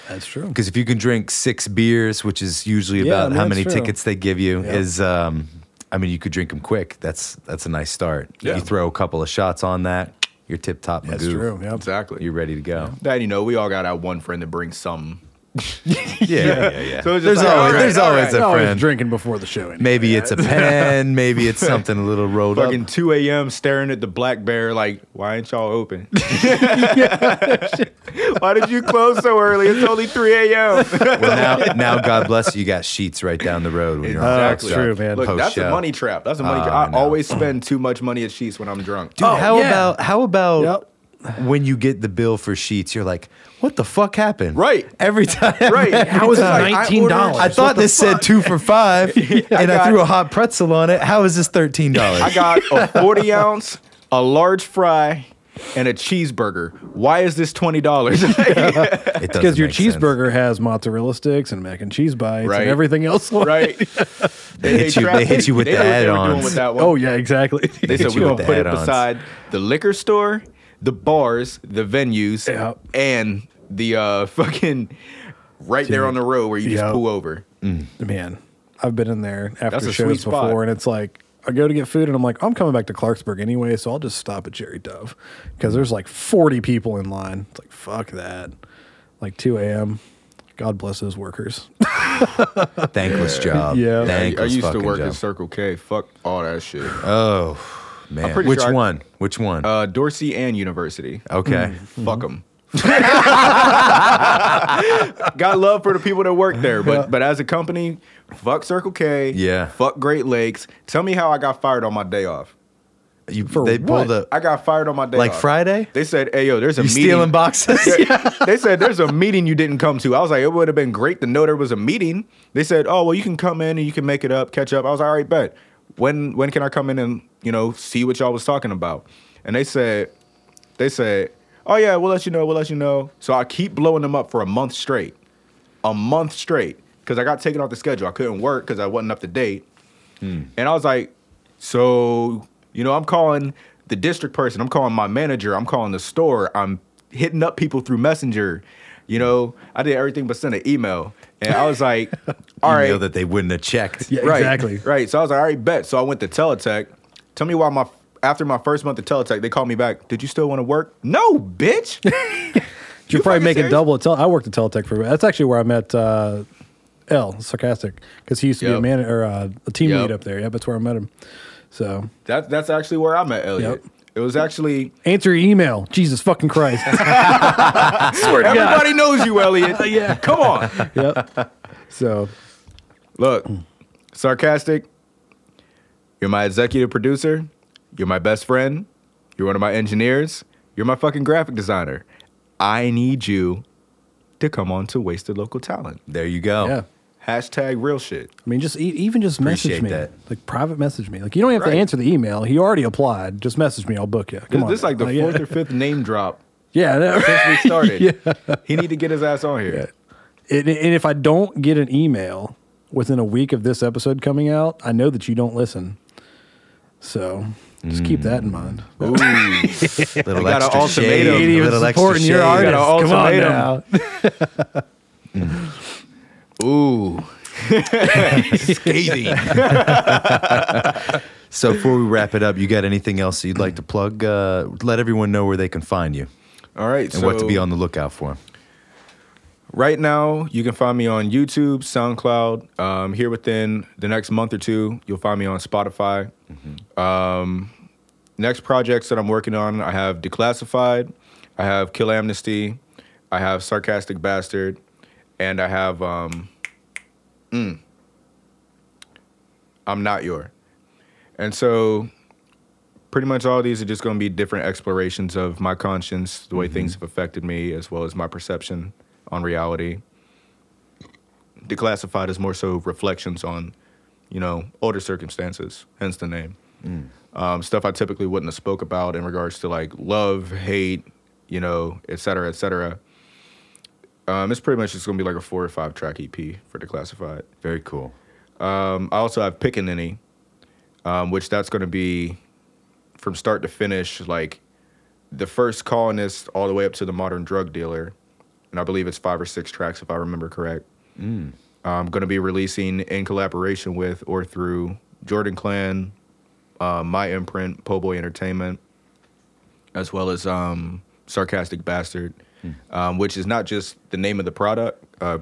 S1: That's true.
S2: Because if you can drink six beers, which is usually
S1: Yeah,
S2: about
S1: I mean,
S2: how
S1: that's
S2: many
S1: true.
S2: tickets they give you,
S1: Yeah.
S2: is um, I mean, you could drink them quick. That's that's a nice start.
S3: Yeah.
S2: You throw a couple of shots on that, you're tip top.
S1: That's true. Yep.
S3: Exactly.
S2: You're ready to go.
S3: Then you know we all got our one friend that brings some.
S2: Yeah, yeah, yeah.
S3: So it's just
S2: there's always
S3: like, all right,
S2: there's
S3: all
S2: always
S3: right.
S2: a
S1: I always
S2: friend.
S1: drinking before the show. Anyway.
S2: Maybe it's a pen. Maybe it's something a little rolled
S3: Fucking
S2: up.
S3: 2 a.m. staring at the black bear like, why ain't y'all open? why did you close so early? It's only 3 a.m.
S2: Well, now, now, God bless you. You got sheets right down the road when you're on
S1: Exactly.
S2: Fox Shop.
S1: true, man.
S3: Look,
S2: Post
S3: that's
S2: show.
S3: a money trap. That's a money
S2: Oh, I
S3: trap. I
S2: know.
S3: always spend too much money at Sheets when I'm drunk.
S2: Dude, Oh, how
S1: yeah.
S2: about how about
S1: Yep.
S2: when you get the bill for sheets? You're like, what the fuck happened?
S3: Right.
S2: Every time.
S3: Right.
S1: How is it
S3: Like, I
S1: nineteen dollars?
S3: ordered-
S2: I thought this said two for five, and I,
S3: got-
S2: threw a hot pretzel on it. How is this thirteen
S3: I
S2: dollars?
S3: got a 40 ounce, a large fry, and a cheeseburger. Why is this $20?
S1: because your cheeseburger has mozzarella sticks and mac and cheese bites
S3: Right.
S1: and everything else.
S3: right? They,
S2: hit you-
S3: trapped
S2: they hit
S3: me.
S2: you with
S3: They
S2: the
S3: knew what they were doing
S2: add-ons.
S3: with that one.
S1: Oh yeah, exactly.
S3: They said
S2: hit
S3: we're
S2: you
S3: gonna
S2: with the
S3: put it
S2: add-ons.
S3: beside the liquor store, the bars, the venues,
S1: Yeah.
S3: and the uh, fucking right there on the road where you
S1: Yeah.
S3: just pull over.
S1: man, I've been in there after
S3: That's a
S1: shows
S3: sweet spot.
S1: before, and it's like I go to get food, and I'm like, I'm coming back to Clarksburg anyway, so I'll just stop at Jerry Dove because there's like 40 people in line. It's like fuck that, like 2 a.m. God bless those workers.
S2: Thankless job.
S1: Yeah.
S2: Thankless
S3: I used to
S2: fucking
S3: work
S2: job.
S3: at Circle K. Fuck all that shit.
S2: Oh man,
S3: pretty
S2: which
S3: sure I-
S2: one? Which one?
S3: Uh, mm. Dorsey and University.
S2: okay.
S3: Fuck them.
S2: Mm-hmm.
S3: Got love for the people that work there, but but as a company, fuck Circle K.
S2: Yeah.
S3: Fuck Great Lakes. Tell me how I got fired on my day off.
S2: You,
S1: For
S2: they pulled
S1: what?
S2: up.
S3: I got fired on my day
S2: Like
S3: off.
S2: Friday?
S3: They said, "Hey yo, there's a
S2: You
S3: meeting."
S2: stealing boxes?
S3: they said there's a meeting you didn't come to. I was like, it would have been great to know there was a meeting. They said, oh well, you can come in and you can make it up, catch up. I was like, all right, bet. When when can I come in and you know see what y'all was talking about? And they said, they said, oh yeah, we'll let you know, we'll let you know. So I keep blowing them up for a month straight, a month straight, because I got taken off the schedule. I couldn't work because I wasn't up to date. And I was like, so, you know, I'm calling the district person, I'm calling my manager, I'm calling the store, I'm hitting up people through Messenger. You know, I did everything but send an email. And I was like, all
S2: You know
S3: right.
S2: that they wouldn't have checked.
S1: Yeah.
S3: right,
S1: exactly.
S3: Right. So I was like, all right, bet. So I went to Teletech. Tell me why my after my first month of Teletech, they called me back. Did you still want to work? No, bitch.
S1: You're probably
S3: fucking
S1: making
S3: serious?
S1: double. At Tel- I worked at Teletech for a bit. That's actually where I met uh, L sarcastic because he used to be a
S3: Yep.
S1: man or uh, a team
S3: Yep.
S1: lead up there. Yeah, that's where I met him. So
S3: That, that's actually where I met Elliot.
S1: Yep.
S3: It was actually
S1: answer your email. Jesus fucking Christ.
S3: everybody knows you, Elliot. yeah. Come on.
S1: yep. So
S3: Look, sarcastic. You're my executive producer. You're my best friend. You're one of my engineers. You're my fucking graphic designer. I need you to come on to Wasted Local Talent.
S2: There you go.
S3: Oh.
S1: yeah.
S3: Hashtag real shit.
S1: I mean, just e- even just message
S2: Appreciate
S1: me,
S2: that.
S1: like private message me. Like you don't have
S3: Right.
S1: to answer the email. He already applied. Just message me. I'll book you. Come
S3: This,
S1: on.
S3: this is like the
S1: yeah.
S3: fourth or fifth name drop
S1: yeah. I know.
S3: since we started. He need to get his ass on here.
S1: and, and if I don't get an email within a week of this episode coming out, I know that you don't listen. So just keep that
S3: Mm.
S1: in mind.
S3: Ooh.
S2: Little
S3: I got an
S2: extra shade.
S3: ultimatum. Ain't even
S2: Little extra shade.
S3: artist. Gotta
S1: Come on
S3: ultimatum.
S1: now.
S3: Ooh. Scathing.
S2: So before we wrap it up, you got anything else you'd like to plug? Uh, let everyone know where they can find you
S3: All right.
S2: and what to
S3: so-
S2: be on the lookout for.
S3: Right now, you can find me on YouTube, SoundCloud. Um, here within the next month or two, you'll find me on Spotify. Um, next projects that I'm working on, I have Declassified, I have Kill Amnesty, I have Sarcastic Bastard, and I have um, mm, I'm Not Your. And so, pretty much all these are just going to be different explorations of my conscience, the way things have affected me, as well as my perception on reality. Declassified is more so reflections on, you know, older circumstances, hence the name. Um, stuff I typically wouldn't have spoke about in regards to like love, hate, you know, et cetera, et cetera. Um, it's pretty much just gonna be like a four or five track EP for Declassified.
S2: Very cool.
S3: Um, I also have Pickaninny, um, which that's going to be from start to finish, like the first colonist all the way up to the modern drug dealer. And I believe it's five or six tracks, if I remember correct. I'm going to be releasing in collaboration with or through Jordan Clan, uh, My Imprint, Po' Boy Entertainment, as well as um, Sarcastic Bastard, um, which is not just the name of the product. Uh,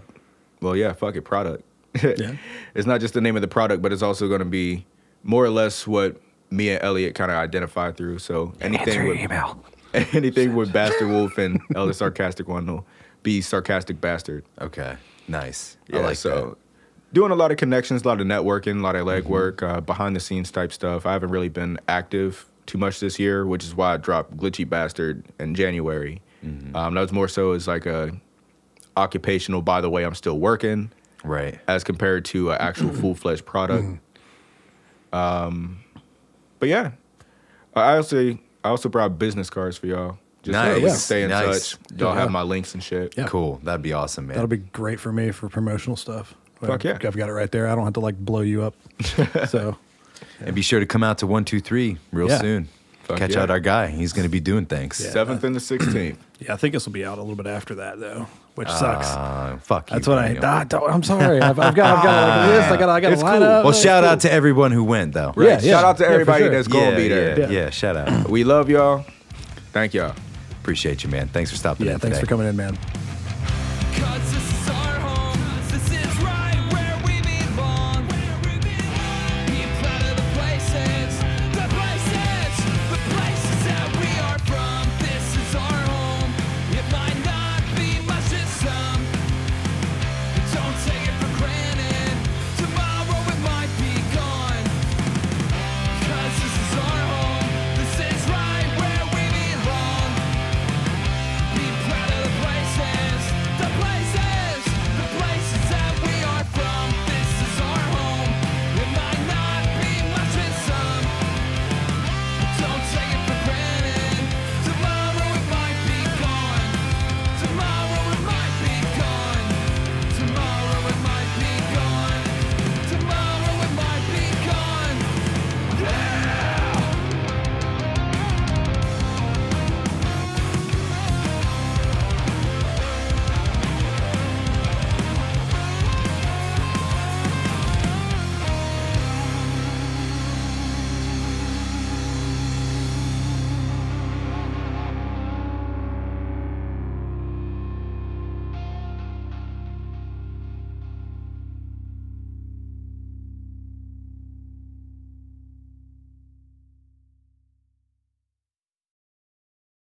S3: well, yeah, fuck it, product. It's not just the name of the product, but it's also going to be more or less what me and Elliot kind of identify through. So anything with
S2: email.
S3: anything with Bastard Wolf and Elliot Sarcastic One will be Sarcastic Bastard.
S2: Okay. Nice.
S3: Yeah,
S2: I like
S3: so doing a lot of connections, a lot of networking, a lot of legwork, uh, behind the scenes type stuff. I haven't really been active too much this year, which is why I dropped Glitchy Bastard in January.
S2: Mm-hmm.
S3: Um, that was more so as like a occupational. By the way, I'm still working
S2: that. Right.
S3: as compared to an actual
S2: Mm-hmm.
S3: full fledged product. Um, but yeah, I I also I also brought business cards for y'all. Just so we can
S2: Nice,
S3: stay in
S2: nice.
S3: touch. Y'all have
S1: Yeah.
S3: my links and shit.
S1: Yeah.
S2: Cool. That'd be awesome, man.
S1: That'll be great for me for promotional stuff.
S3: Fuck yeah.
S1: I've got it right there. I don't have to like blow you up. so
S2: and be sure to come out to 123 real
S1: Yeah.
S2: soon.
S3: Fuck
S2: Catch
S3: yeah.
S2: out our guy. He's going to be doing things.
S3: Seventh and the sixteenth.
S1: yeah, I think this will be out a little bit after that though, which sucks.
S3: Ah.
S2: Uh, fuck
S1: That's
S2: you,
S1: what I.
S2: Daniel.
S1: Ah, don't- I'm sorry. I've, I've got. I've got like a list. I got. I got a
S3: It's
S1: line
S3: cool.
S1: up.
S2: Well,
S1: It's
S2: shout
S1: cool.
S2: out to everyone who went, though.
S1: Right.
S2: Yeah,
S3: Shout out to
S1: Yeah, for
S3: everybody
S1: sure.
S3: that's gonna be there.
S2: Yeah,
S1: Yeah.
S2: yeah, shout out.
S3: We love y'all. Thank y'all.
S2: Appreciate you, man. Thanks for stopping
S1: Yeah.
S2: in
S1: Thanks for
S2: today.
S1: coming in, man.